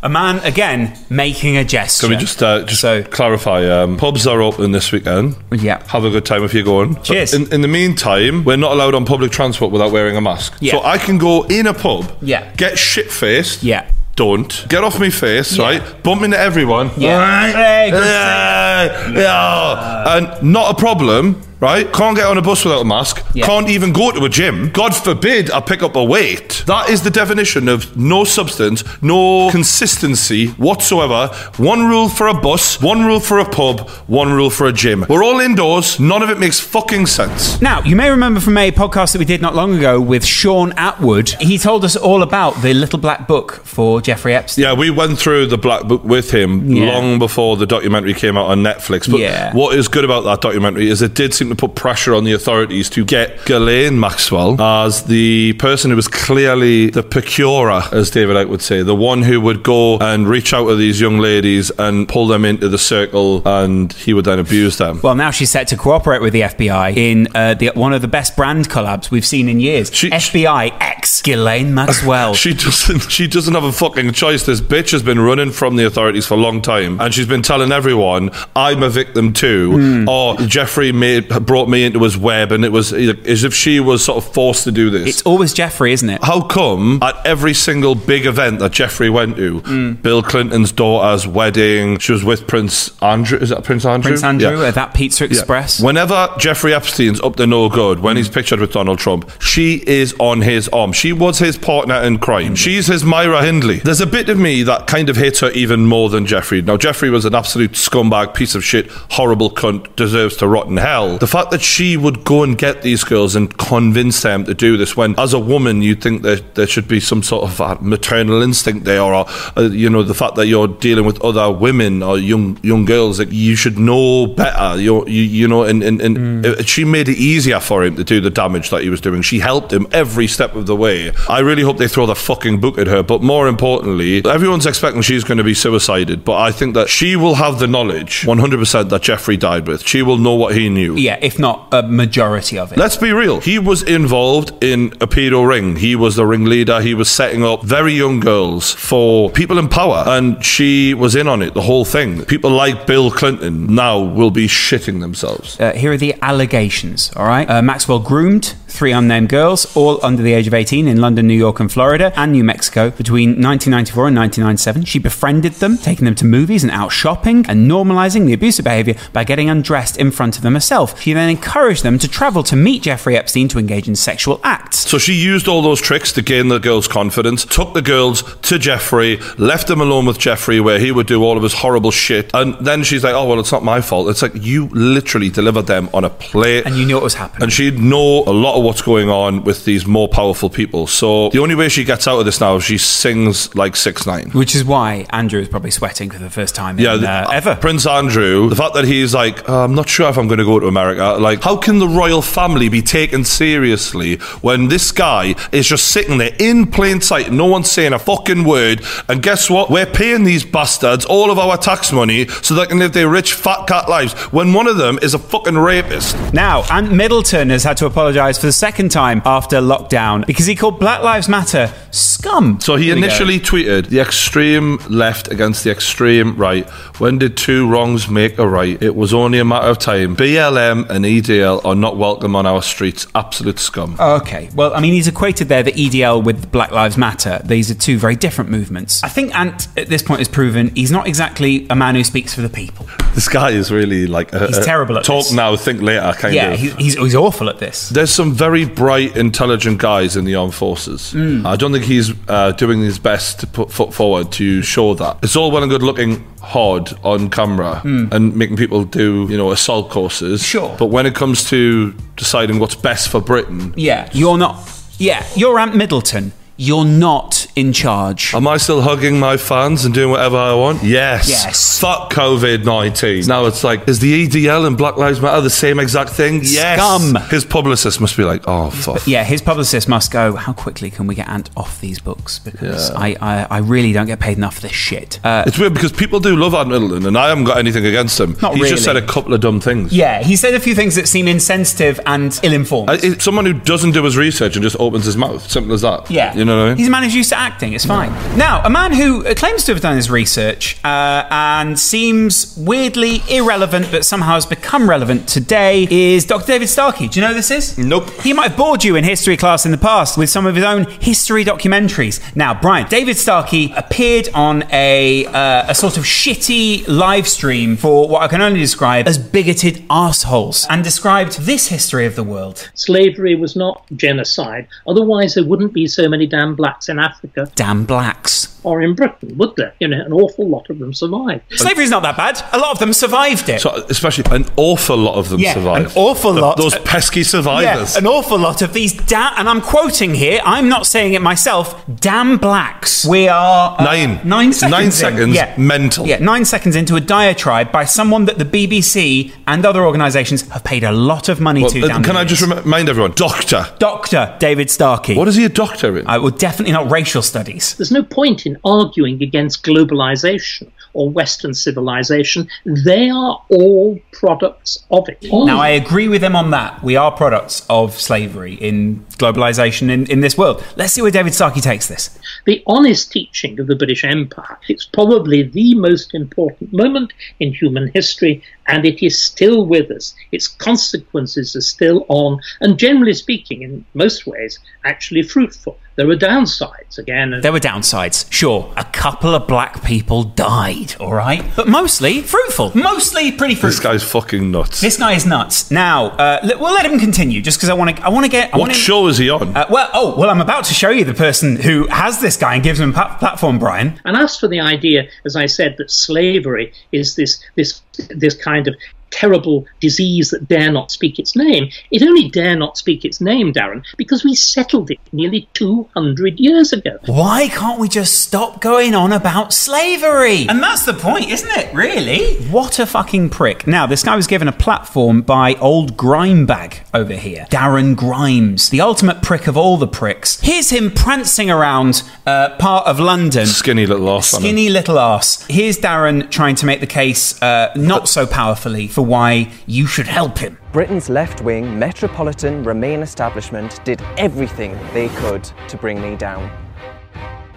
C: A man again making a gesture.
B: Can we just uh, just clarify? Um, pubs are open this weekend.
C: Yeah.
B: Have a good time if you're going. But
C: Cheers.
B: In, in the meantime, we're not allowed on public transport without wearing a mask.
C: Yeah.
B: So I can go in a pub.
C: Yeah.
B: Get shit faced.
C: Yeah.
B: Don't get off me face, right? Bump into everyone,
C: Yeah.
B: right?
C: Hey, good
B: Yeah. Yeah. and not a problem. right? Can't get on a bus without a mask. Can't even go to a gym. God forbid I pick up a weight. That is the definition of no substance, no consistency whatsoever. One rule for a bus, one rule for a pub, one rule for a gym. We're all indoors. None of it makes fucking sense.
C: Now, you may remember from a podcast that we did not long ago with Sean Atwood. He told us all about the little black book for Jeffrey Epstein.
B: Yeah, we went through the Black Book with him
C: Yeah.
B: long before the documentary came out on Netflix. But
C: Yeah.
B: what is good about that documentary is it did seem to put pressure on the authorities to get Ghislaine Maxwell as the person who was clearly the procurer, as David Icke would say, the one who would go and reach out to these young ladies and pull them into the circle, and he would then abuse them.
C: Well, now she's set to cooperate with the FBI in uh, the, one of the best brand collabs we've seen in years. FBI X Ghislaine Maxwell.
B: She doesn't. She doesn't have a fucking choice. This bitch has been running from the authorities for a long time, and she's been telling everyone, "I'm a victim too."
C: Hmm.
B: Or Jeffrey made, brought me into his web, and it was as if she was sort of forced to do this. It's
C: always Jeffrey, isn't it?
B: How come at every single big event that Jeffrey went to,
C: Hmm.
B: Bill Clinton's daughter's wedding, she was with Prince Andrew? Is that Prince Andrew?
C: Prince Andrew
B: Yeah.
C: at that Pizza
B: Yeah.
C: Express.
B: Whenever Jeffrey Epstein's up to no good, when he's pictured with Donald Trump, she is on his arm. She was his partner in crime. She's his Myra Hindley. There's a bit of me that kind of hates her even more than Jeffrey. Now, Jeffrey was an absolute scumbag, piece of shit, horrible cunt, deserves to rot in hell. The fact that she would go and get these girls and convince them to do this, when as a woman you'd think that there should be some sort of uh, maternal instinct there, or uh, you know the fact that you're dealing with other women or young young girls that you should know better. You're, you you know, and and, and uh, she made it easier for him to do the damage that he was doing. She helped him every step of the way. I really hope they throw the fucking book at her. But more importantly, everyone's expecting she's going to be suicided, but I think that she will have the knowledge 100% that Jeffrey died with. She will know what he knew.
C: Yeah, if not a majority of it.
B: Let's be real. He was involved in a pedo ring. He was the ringleader. He was setting up very young girls for people in power. And she was in on it, the whole thing. People like Bill Clinton now will be shitting themselves.
C: Uh, here are the allegations, all right? Uh, Maxwell groomed three unnamed girls, all under the age of 18, in London, New York, and Florida, and New Mexico between 1994 and 1997. She befriended them, taking them to movies and out shopping, and normalizing the abusive behavior by getting undressed in front of them herself. She then encouraged them to travel to meet Jeffrey Epstein to engage in sexual acts.
B: So she used all those tricks to gain the girls' confidence, took the girls to Jeffrey, left them alone with Jeffrey, where he would do all of his horrible shit. And then she's like, oh, well, it's not my fault. It's like you literally delivered them on a plate. And
C: you knew it was happening.
B: And she'd know a lot of what's going on with these more powerful people. So the only way she gets out of this now is she sings like 6 9
C: Which is why Andrew is probably sweating for the first time in,
B: the-
C: uh,
B: Prince Andrew, the fact that he's like, "Oh, I'm not sure if I'm going to go to America. Like, how can the royal family be taken seriously when this guy is just sitting there in plain sight, no one's saying a fucking word? And guess what? We're paying these bastards all of our tax money so they can live their rich fat cat lives when one of them is a fucking rapist.
C: Now, Ant Middleton has had to apologise for the second time after lockdown because he called Black Lives Matter scum.
B: So Oh, he
C: Here we go.
B: initially tweeted the extreme left against the extreme right. When did two wrongs make a right? It was only a matter of time. BLM and EDL are not welcome on our streets. Absolute scum.
C: Okay. Well, I mean, he's equated there the EDL with Black Lives Matter. These are two very different movements. I think Ant, at this point, has proven he's not exactly a man who speaks for the people.
B: This guy is really like a,
C: He's terrible at
B: talk
C: this.
B: now, think later. Kind
C: yeah,
B: of.
C: he- he's, he's awful at this.
B: There's some very bright, intelligent guys in the armed forces.
C: Mm.
B: I don't think he's uh, doing his best to put foot forward to show that. It's all well and good looking hard on camera
C: Mm.
B: and making people do, you know, assault courses. Sure. But when it comes to deciding what's best for Britain,
C: Yeah, you're not. Yeah, you're Ant Middleton. You're not in charge.
B: Am I still hugging my fans and doing whatever I want? Yes.
C: Yes.
B: Fuck COVID 19. Now it's like, is the EDL and Black Lives Matter the same exact thing? Yes.
C: Scum.
B: His publicist must be like, oh, fuck.
C: But yeah, his publicist must go. How quickly can we get Ant off these books? Because
B: Yeah.
C: I, I, I really don't get paid enough for this shit. Uh,
B: It's weird because people do love Ant Middleton, and I haven't got anything against him.
C: Not
B: He's just said
C: really.
B: a couple of dumb things.
C: yeah, he said a few things that seem insensitive and ill-informed.
B: I- it's someone who doesn't do his research and just opens his mouth. Simple as that.
C: Yeah.
B: You know what I mean?
C: He's a man who's used to acting. It's fine. Now, a man who uh, claims to have done his research uh, and seems weirdly irrelevant, but somehow has become relevant today, is Dr. David Starkey. Do you know who this is? Nope. He might have bored you in history class in the past with some of his own history documentaries. Now, Brian, David Starkey appeared on a uh, a sort of shitty live stream for what I can only describe as bigoted assholes, and described this history of the world.
P: Slavery was not genocide. Otherwise, there wouldn't be so many damn blacks in Africa
C: Damn blacks.
P: or in Britain, would there? You know, an awful lot of them survived.
C: Slavery's not that bad. A lot of them survived it.
B: So, especially an awful lot of them
C: Yeah,
B: survived.
C: an awful
B: Th-
C: lot.
B: Those pesky survivors.
C: Yeah, an awful lot of these da- and I'm quoting here. I'm not saying it myself. Damn blacks. We are uh,
B: Nine.
C: nine seconds.
B: Nine
C: in.
B: seconds,
C: Yeah.
B: mental.
C: Yeah, nine seconds into a diatribe by someone that the BBC and other organisations have paid a lot of money
B: Well,
C: to.
B: uh,
C: down the
B: can I
C: years.
B: just remind everyone, doctor?
C: Doctor David Starkey.
B: What is he a doctor in?
C: I well, definitely not racial studies.
P: There's no point in arguing against globalization or Western civilization. They are all products of it.
C: Now, I agree with him on that. We are products of slavery in globalization in, in this world. Let's see where David Starkey takes this.
P: the honest teaching of the British Empire. It's probably the most important moment in human history, and it is still with us. Its consequences are still on, and generally speaking, in most ways, actually fruitful. There are downsides again. and
C: There were downsides, sure. A couple of black people died, all right? But mostly fruitful. Mostly pretty fruitful.
B: This guy's fucking nuts.
C: This guy is nuts. Now, uh, le- we'll let him continue just because I want to. I want to get. I
B: What
C: wanna-
B: show is he on?
C: Uh, well, oh, well, I'm about to show you the person who has this guy and gives him a pa- platform, Brian.
P: And as for the idea, as I said, that slavery is this this this kind of terrible disease that dare not speak its name, it only dare not speak its name, Darren, because we settled it nearly two hundred years ago.
C: Why can't we just stop going on about slavery? And that's the point, isn't it? Really? What a fucking prick. Now, this guy was given a platform by old Grimebag over here, Darren Grimes, the ultimate prick of all the pricks. Here's him prancing around uh, part of London.
B: Skinny little off.
C: Skinny little ass. Here's Darren trying to make the case uh, not so powerfully for why you should help him.
Q: Britain's left wing metropolitan Remain establishment did everything they could to bring me down.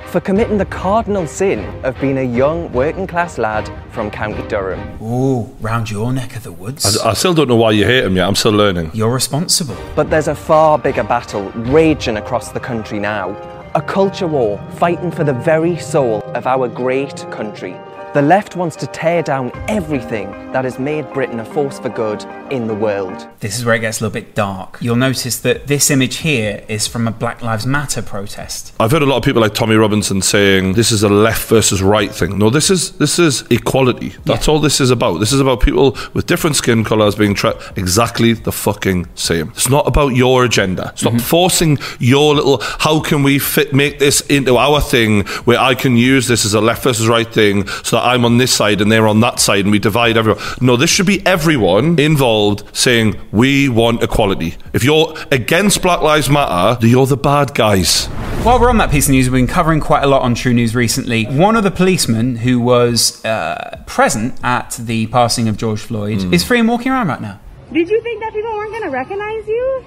Q: For committing the cardinal sin of being a young working class lad from County Durham.
C: Ooh, round your neck of the woods.
B: I, I still don't know why you hate him yet. I'm still learning.
C: You're responsible.
Q: But there's a far bigger battle raging across the country now. A culture war fighting for the very soul of our great country. The left wants to tear down everything that has made Britain a force for good in the world.
C: This is where it gets a little bit dark. You'll notice that this image here is from a Black Lives Matter protest.
B: I've heard a lot of people like Tommy Robinson saying this is a left versus right thing. No, this is this is equality. That's all this is about. This is about people with different skin colours being treated exactly the fucking same. It's not about your agenda. Stop forcing your little. How can we fit make this into our thing where I can use this as a left versus right thing so that I'm on this side and they're on that side and we divide everyone. No, this should be everyone involved saying we want equality. If you're against Black Lives Matter, then you're the bad guys.
C: While we're on that piece of news, we've been covering quite a lot on True News recently. One of the policemen who was uh, present at the passing of George Floyd is free and walking around right now.
R: Did you think that people weren't going to recognize you?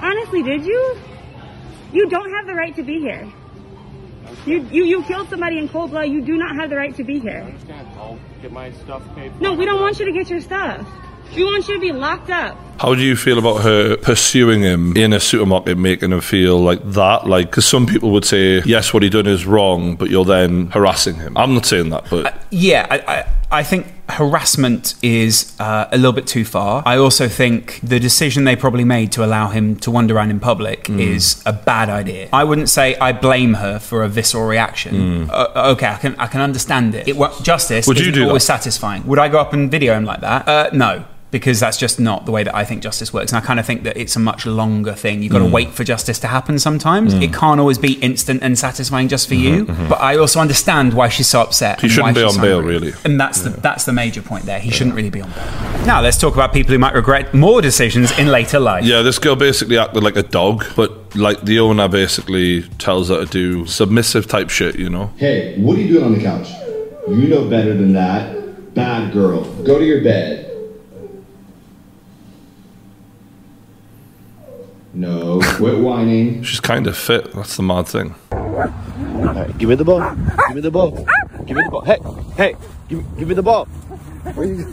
R: Honestly, did you? You don't have the right to be here. You, you, you killed somebody in cold blood. You do not have the right to be here.
S: I'll get my stuff paid for.
R: No, we don't want you to get your stuff. We want you to be locked up.
B: How do you feel about her pursuing him in a supermarket, making him feel like that? Like, because some people would say, yes, what he done is wrong, but you're then harassing him. I'm not saying that, but
C: Yeah, I, I, I think harassment is uh, a little bit too far. I also think the decision they probably made to allow him to wander around in public
T: Mm.
C: is a bad idea. I wouldn't say I blame her for a visceral reaction.
T: Mm.
C: Uh, okay, I can I can understand it. it wa- justice
T: Would you
C: isn't
T: do
C: always
T: that?
C: satisfying. Would I go up and video him like that? Uh, no. Because that's just not the way that I think justice works. And I kind of think that it's a much longer thing. You've got to
T: Mm.
C: wait for justice to happen sometimes.
T: Mm.
C: It can't always be instant and satisfying just for you.
T: mhm.
C: But I also understand why she's so upset.
B: he
C: and
B: shouldn't
C: why
B: be
C: she's
B: on
C: angry.
B: bail, really.
C: And that's the that's the major point there. He shouldn't really be on bail. Now let's talk about people who might regret more decisions in later life.
B: Yeah, this girl basically acted like a dog, but like the owner basically tells her to do submissive type shit, you know?
U: Hey, what are you doing on the couch? You know better than that. Bad girl. Go to your bed. No, quit whining.
T: Oh,
B: She's kind of fit. That's the mad thing.
T: Hey, give me the ball. Give me the ball. Give me the ball. Hey, hey, give, give me the ball. Where you-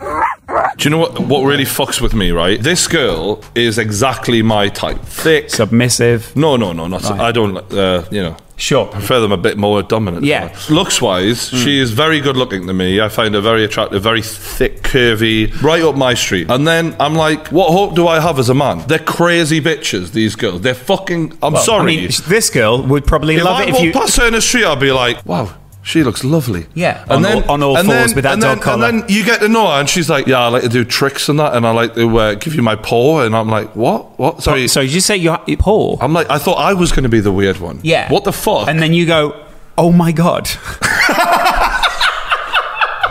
B: Do you know what, what really fucks with me, right? This girl is exactly my type. Thick.
C: Submissive.
B: No, no, no, not.
C: Right.
B: I don't, like, uh, you know.
C: Sure.
B: prefer them a bit more dominant.
C: Yeah. Hmm.
B: Looks wise, she is very good looking to me. I find her very attractive, very thick, curvy, right up my street. And then I'm like, what hope do I have as a man? They're crazy bitches, these girls. They're fucking. I'm
C: Well, I
B: sorry.
C: mean, this girl would probably
B: if
C: love
B: I
C: it if
B: walked
C: you.
B: Past her in the street, I'd be like, wow, she looks lovely.
C: Yeah, on all- on all
B: and
C: fours with that
B: and
C: dog
B: then,
C: collar.
B: And then you get to know her, and she's like, "Yeah, I like to do tricks and that, and I like to uh, give you my paw." And I'm like, "What? What? Sorry,
C: sorry, did you say your paw?"
B: I'm like, "I thought I was going to be the weird one."
C: Yeah.
B: What the fuck?
C: And then you go, oh my god.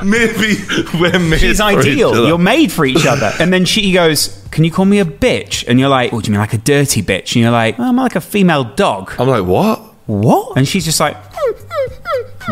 B: Maybe we're made
C: She's
B: for
C: ideal.
B: each other.
C: You're made for each other. And then she goes, Can you call me a bitch? And you're like, What do you mean like a dirty bitch? And you're like, "Oh, I'm like a female dog.
B: I'm like, What?
C: What? And she's just like,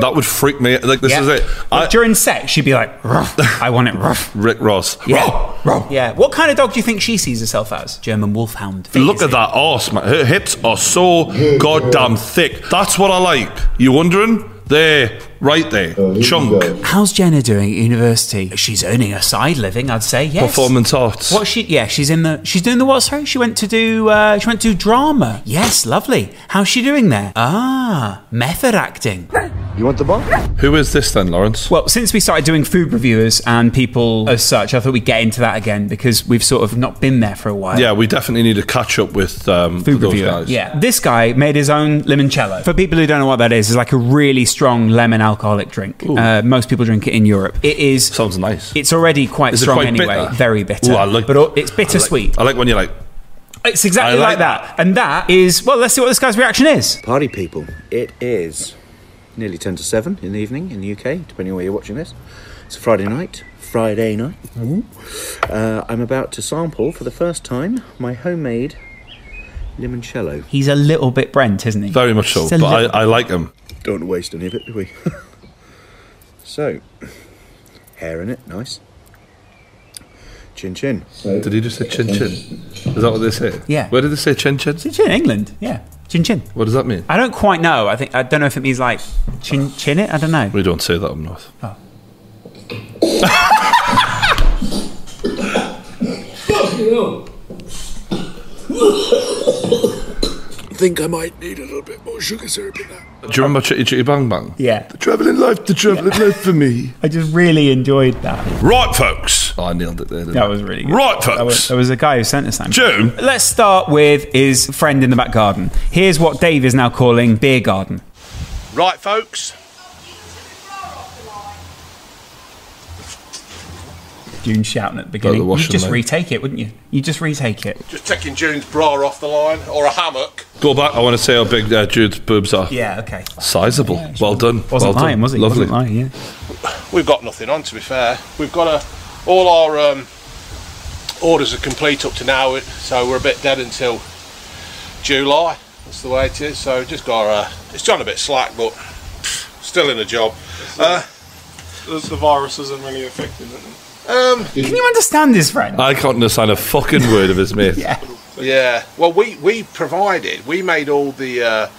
B: That would freak me. Like this
C: Yeah.
B: is it.
C: Like, during sex, she'd be like, "Ruff, I want it rough.
B: Rick Ross.
C: Yeah. Yeah. What kind of dog do you think she sees herself as? German Wolfhound.
B: Look at that ass, man. Her hips are so goddamn thick. That's what I like. You wondering? There, right there, chunk.
C: How's Jenna doing at university? She's earning a side living, I'd say. Yes.
B: Performance arts.
C: What she? Yeah, she's in the. She's doing the what? Sorry, she went to do. Uh, she went to do drama. Yes, lovely. How's she doing there? Ah, method acting.
B: You want the ball? Who is this then, Lawrence?
C: Well, since we started doing food reviewers and people as such, I thought we'd get into that again because we've sort of not been there for a while.
B: Yeah, we definitely need to catch up with um,
C: Food
B: those
C: reviewer.
B: guys.
C: Yeah. This guy made his own limoncello. For people who don't know what that is, it's like a really strong lemon alcoholic drink. Uh, most people drink it in Europe. It is.
B: Sounds nice.
C: It's already quite
B: Is it
C: strong
B: quite
C: anyway.
B: bitter?
C: Very bitter.
B: Ooh, I like-
C: but it's bittersweet.
B: I like when you're like,
C: It's exactly
B: I
C: like,
B: like
C: that. And that is, well, let's see what this guy's reaction is.
T: Party people, it is nearly 10 to 7 in the evening in the UK, depending on where you're watching this. It's a Friday night. Friday night. Uh, I'm about to sample for the first time my homemade limoncello.
C: He's a little bit Brent, isn't he?
B: Very much so,
C: Just a
B: but I,
C: little-
B: I like him.
T: Don't waste any of it, do we? so, hair in it, nice. Chin chin.
B: Did he just say chin chin? Is that what they say?
C: Yeah.
B: Where did they say chin chin? Chin
C: chin, England. Yeah. Chin chin.
B: What does that mean?
C: I don't quite know. I think I don't know if it means like chin chin it. I don't know. Oh,
B: We don't say that up north.
M: think I might need a little bit more sugar syrup in that.
B: Do you remember Chitty Chitty Bang Bang?
C: Yeah.
B: The travelling life, the travelling life for me.
C: I just really enjoyed that.
B: Right, folks. Oh, I nailed it there. Didn't
C: That
B: I?
C: was really good.
B: Right,
C: That was,
B: folks.
C: that was a guy who sent us that.
B: June.
C: Let's start with his friend in the back garden. Here's what Dave is now calling beer garden.
B: Right, folks.
C: June shouting at the beginning.
B: washing
C: You'd just
B: line.
C: retake it, wouldn't you? You just retake it.
V: Just taking June's bra off the line or a hammock.
B: Go back. I want to see how big uh, Jude's boobs are.
V: Yeah, okay.
B: Sizable. well done.
C: Wasn't
B: well
C: lying,
B: done.
C: was he?
B: Lovely.
C: Wasn't lying, yeah.
V: We've got nothing on, to be fair. We've got a, all our um, orders are complete up to now, so we're a bit dead until July. That's the way it is. So just got uh, it's gone a bit slack, but still in a job. Uh,
S: The, the virus isn't really affecting them.
V: um,
C: Can you understand this, friend?
B: I can't understand a fucking word of his mate. yeah.
V: Yeah. Well, we we provided. We made all the. Uh,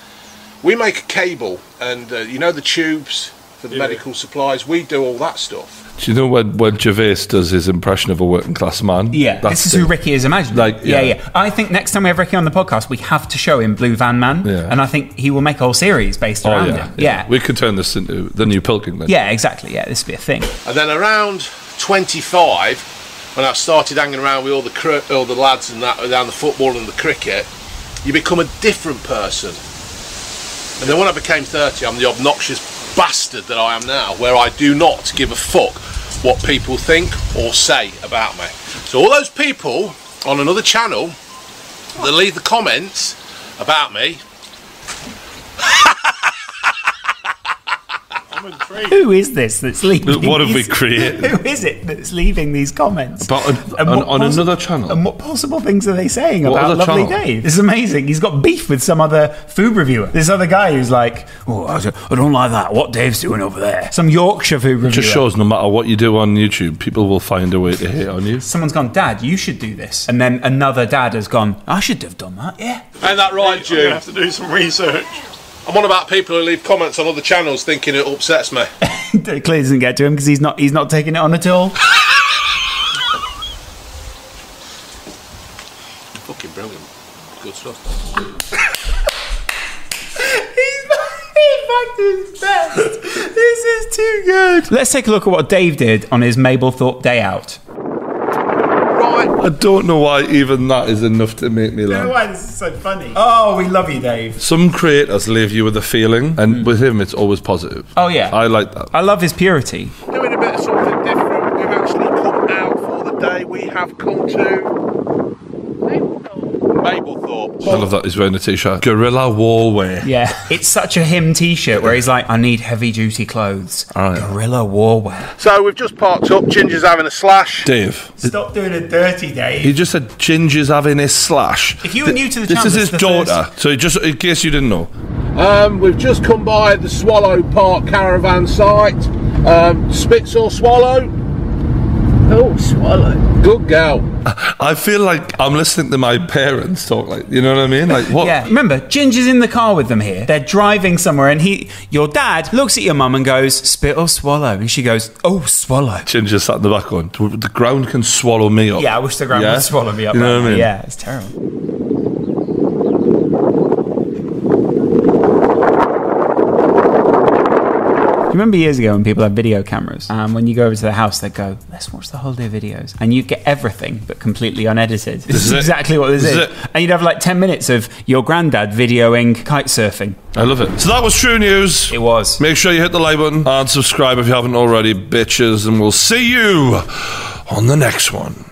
V: we make a cable, and uh, you know the tubes for the medical supplies. We do all that stuff.
B: Do you know when, when Gervais does his impression of a working class man?
C: Yeah, this is who Ricky is imagining.
B: Like,
C: yeah. yeah,
B: yeah.
C: I think next time we have Ricky on the podcast, we have to show him Blue Van Man,
B: Yeah.
C: and I think he will make a whole series based
B: Oh,
C: around
B: yeah,
C: him. Um, Yeah.
B: We could turn this into the new Pilkington.
C: yeah, exactly. Yeah, this would be a thing.
V: And then around 25, when I started hanging around with all the cr- all the lads and that around the football and the cricket, you become a different person. And then when I became 30, I'm the obnoxious bastard that I am now, where I do not give a fuck what people think or say about me. So all those people on another channel that leave the comments about me
S: I'm intrigued.
C: Who is this that's leaving?
B: What have we
C: these-
B: created?
C: Who is it that's leaving these comments?
B: But on-
C: And
B: on-
C: what
B: on
C: possi-
B: another channel?
C: And what possible things are they saying
B: What
C: about
B: other
C: Lovely
B: channel?
C: Dave? This is amazing. He's got beef with some other food reviewer. This other guy who's like, oh, I don't- I don't like that. What Dave's doing over there? Some Yorkshire food reviewer.
B: It just shows no matter what you do on YouTube, people will find a way to hate on you.
C: Someone's gone, Dad, you should do this. And then another dad has gone, I should have done that. Yeah.
V: Ain't that right, Jude?
S: gonna have to do some research.
V: I'm on about people who leave comments on other channels thinking it upsets me.
C: It clearly doesn't get to him because he's not he's not taking it on at all.
V: Fucking brilliant. Good stuff.
C: This is too good. Let's take a look at what Dave did on his Mablethorpe day out.
B: I don't know why even that is enough to make me laugh.
C: why this is so funny. Oh, we love you, Dave.
B: Some creators leave you with a feeling, and with him, it's always positive.
C: Mm. Oh yeah.
B: I like that.
C: I love his purity.
V: Doing a bit of something different. We've actually come out for the day. We have come to Mablethorpe.
B: I love that he's wearing a t-shirt. Gorilla Warway.
C: Yeah. It's such a him t-shirt where he's like, I need heavy duty clothes. Gorilla warwear.
V: So we've just parked up. Ginger's having a slash.
B: Dave.
C: Stop doing a dirty Dave.
B: He just said Ginger's having his slash.
V: If you were
B: Th-
V: new to the
B: this
V: channel,
B: is
V: it's
B: his
V: the
B: daughter. So just in case you didn't know,
V: Um, we've just come by the Swallow Park caravan site. Um, Spitz or Swallow? Oh, Swallow. Good girl.
B: I feel like I'm listening to my parents talk. Like you know what I mean? Like what?
C: Yeah. Remember, Ginger's in the car with them here. They're driving somewhere, and he, your dad, looks at your mum and goes, "Spit or swallow," and she goes, "Oh, swallow."
B: Ginger sat in the back going, the ground can swallow me up.
C: Yeah, I wish the ground
B: Yeah?
C: would swallow me up.
B: You know
C: right
B: what I mean?
C: now. Yeah, it's terrible. You Remember years ago when people had video cameras, and when you go over to their house, they go, "Let's watch the holiday videos," and you'd get everything but completely unedited. This,
B: is
C: is
B: it.
C: exactly what this,
B: This
C: is,
B: is
C: and you'd have like ten minutes of your granddad videoing kite surfing.
B: I love it. So that was true news. It
C: was.
B: Make sure you hit the like button and subscribe if you haven't already, bitches. And we'll see you on the next one.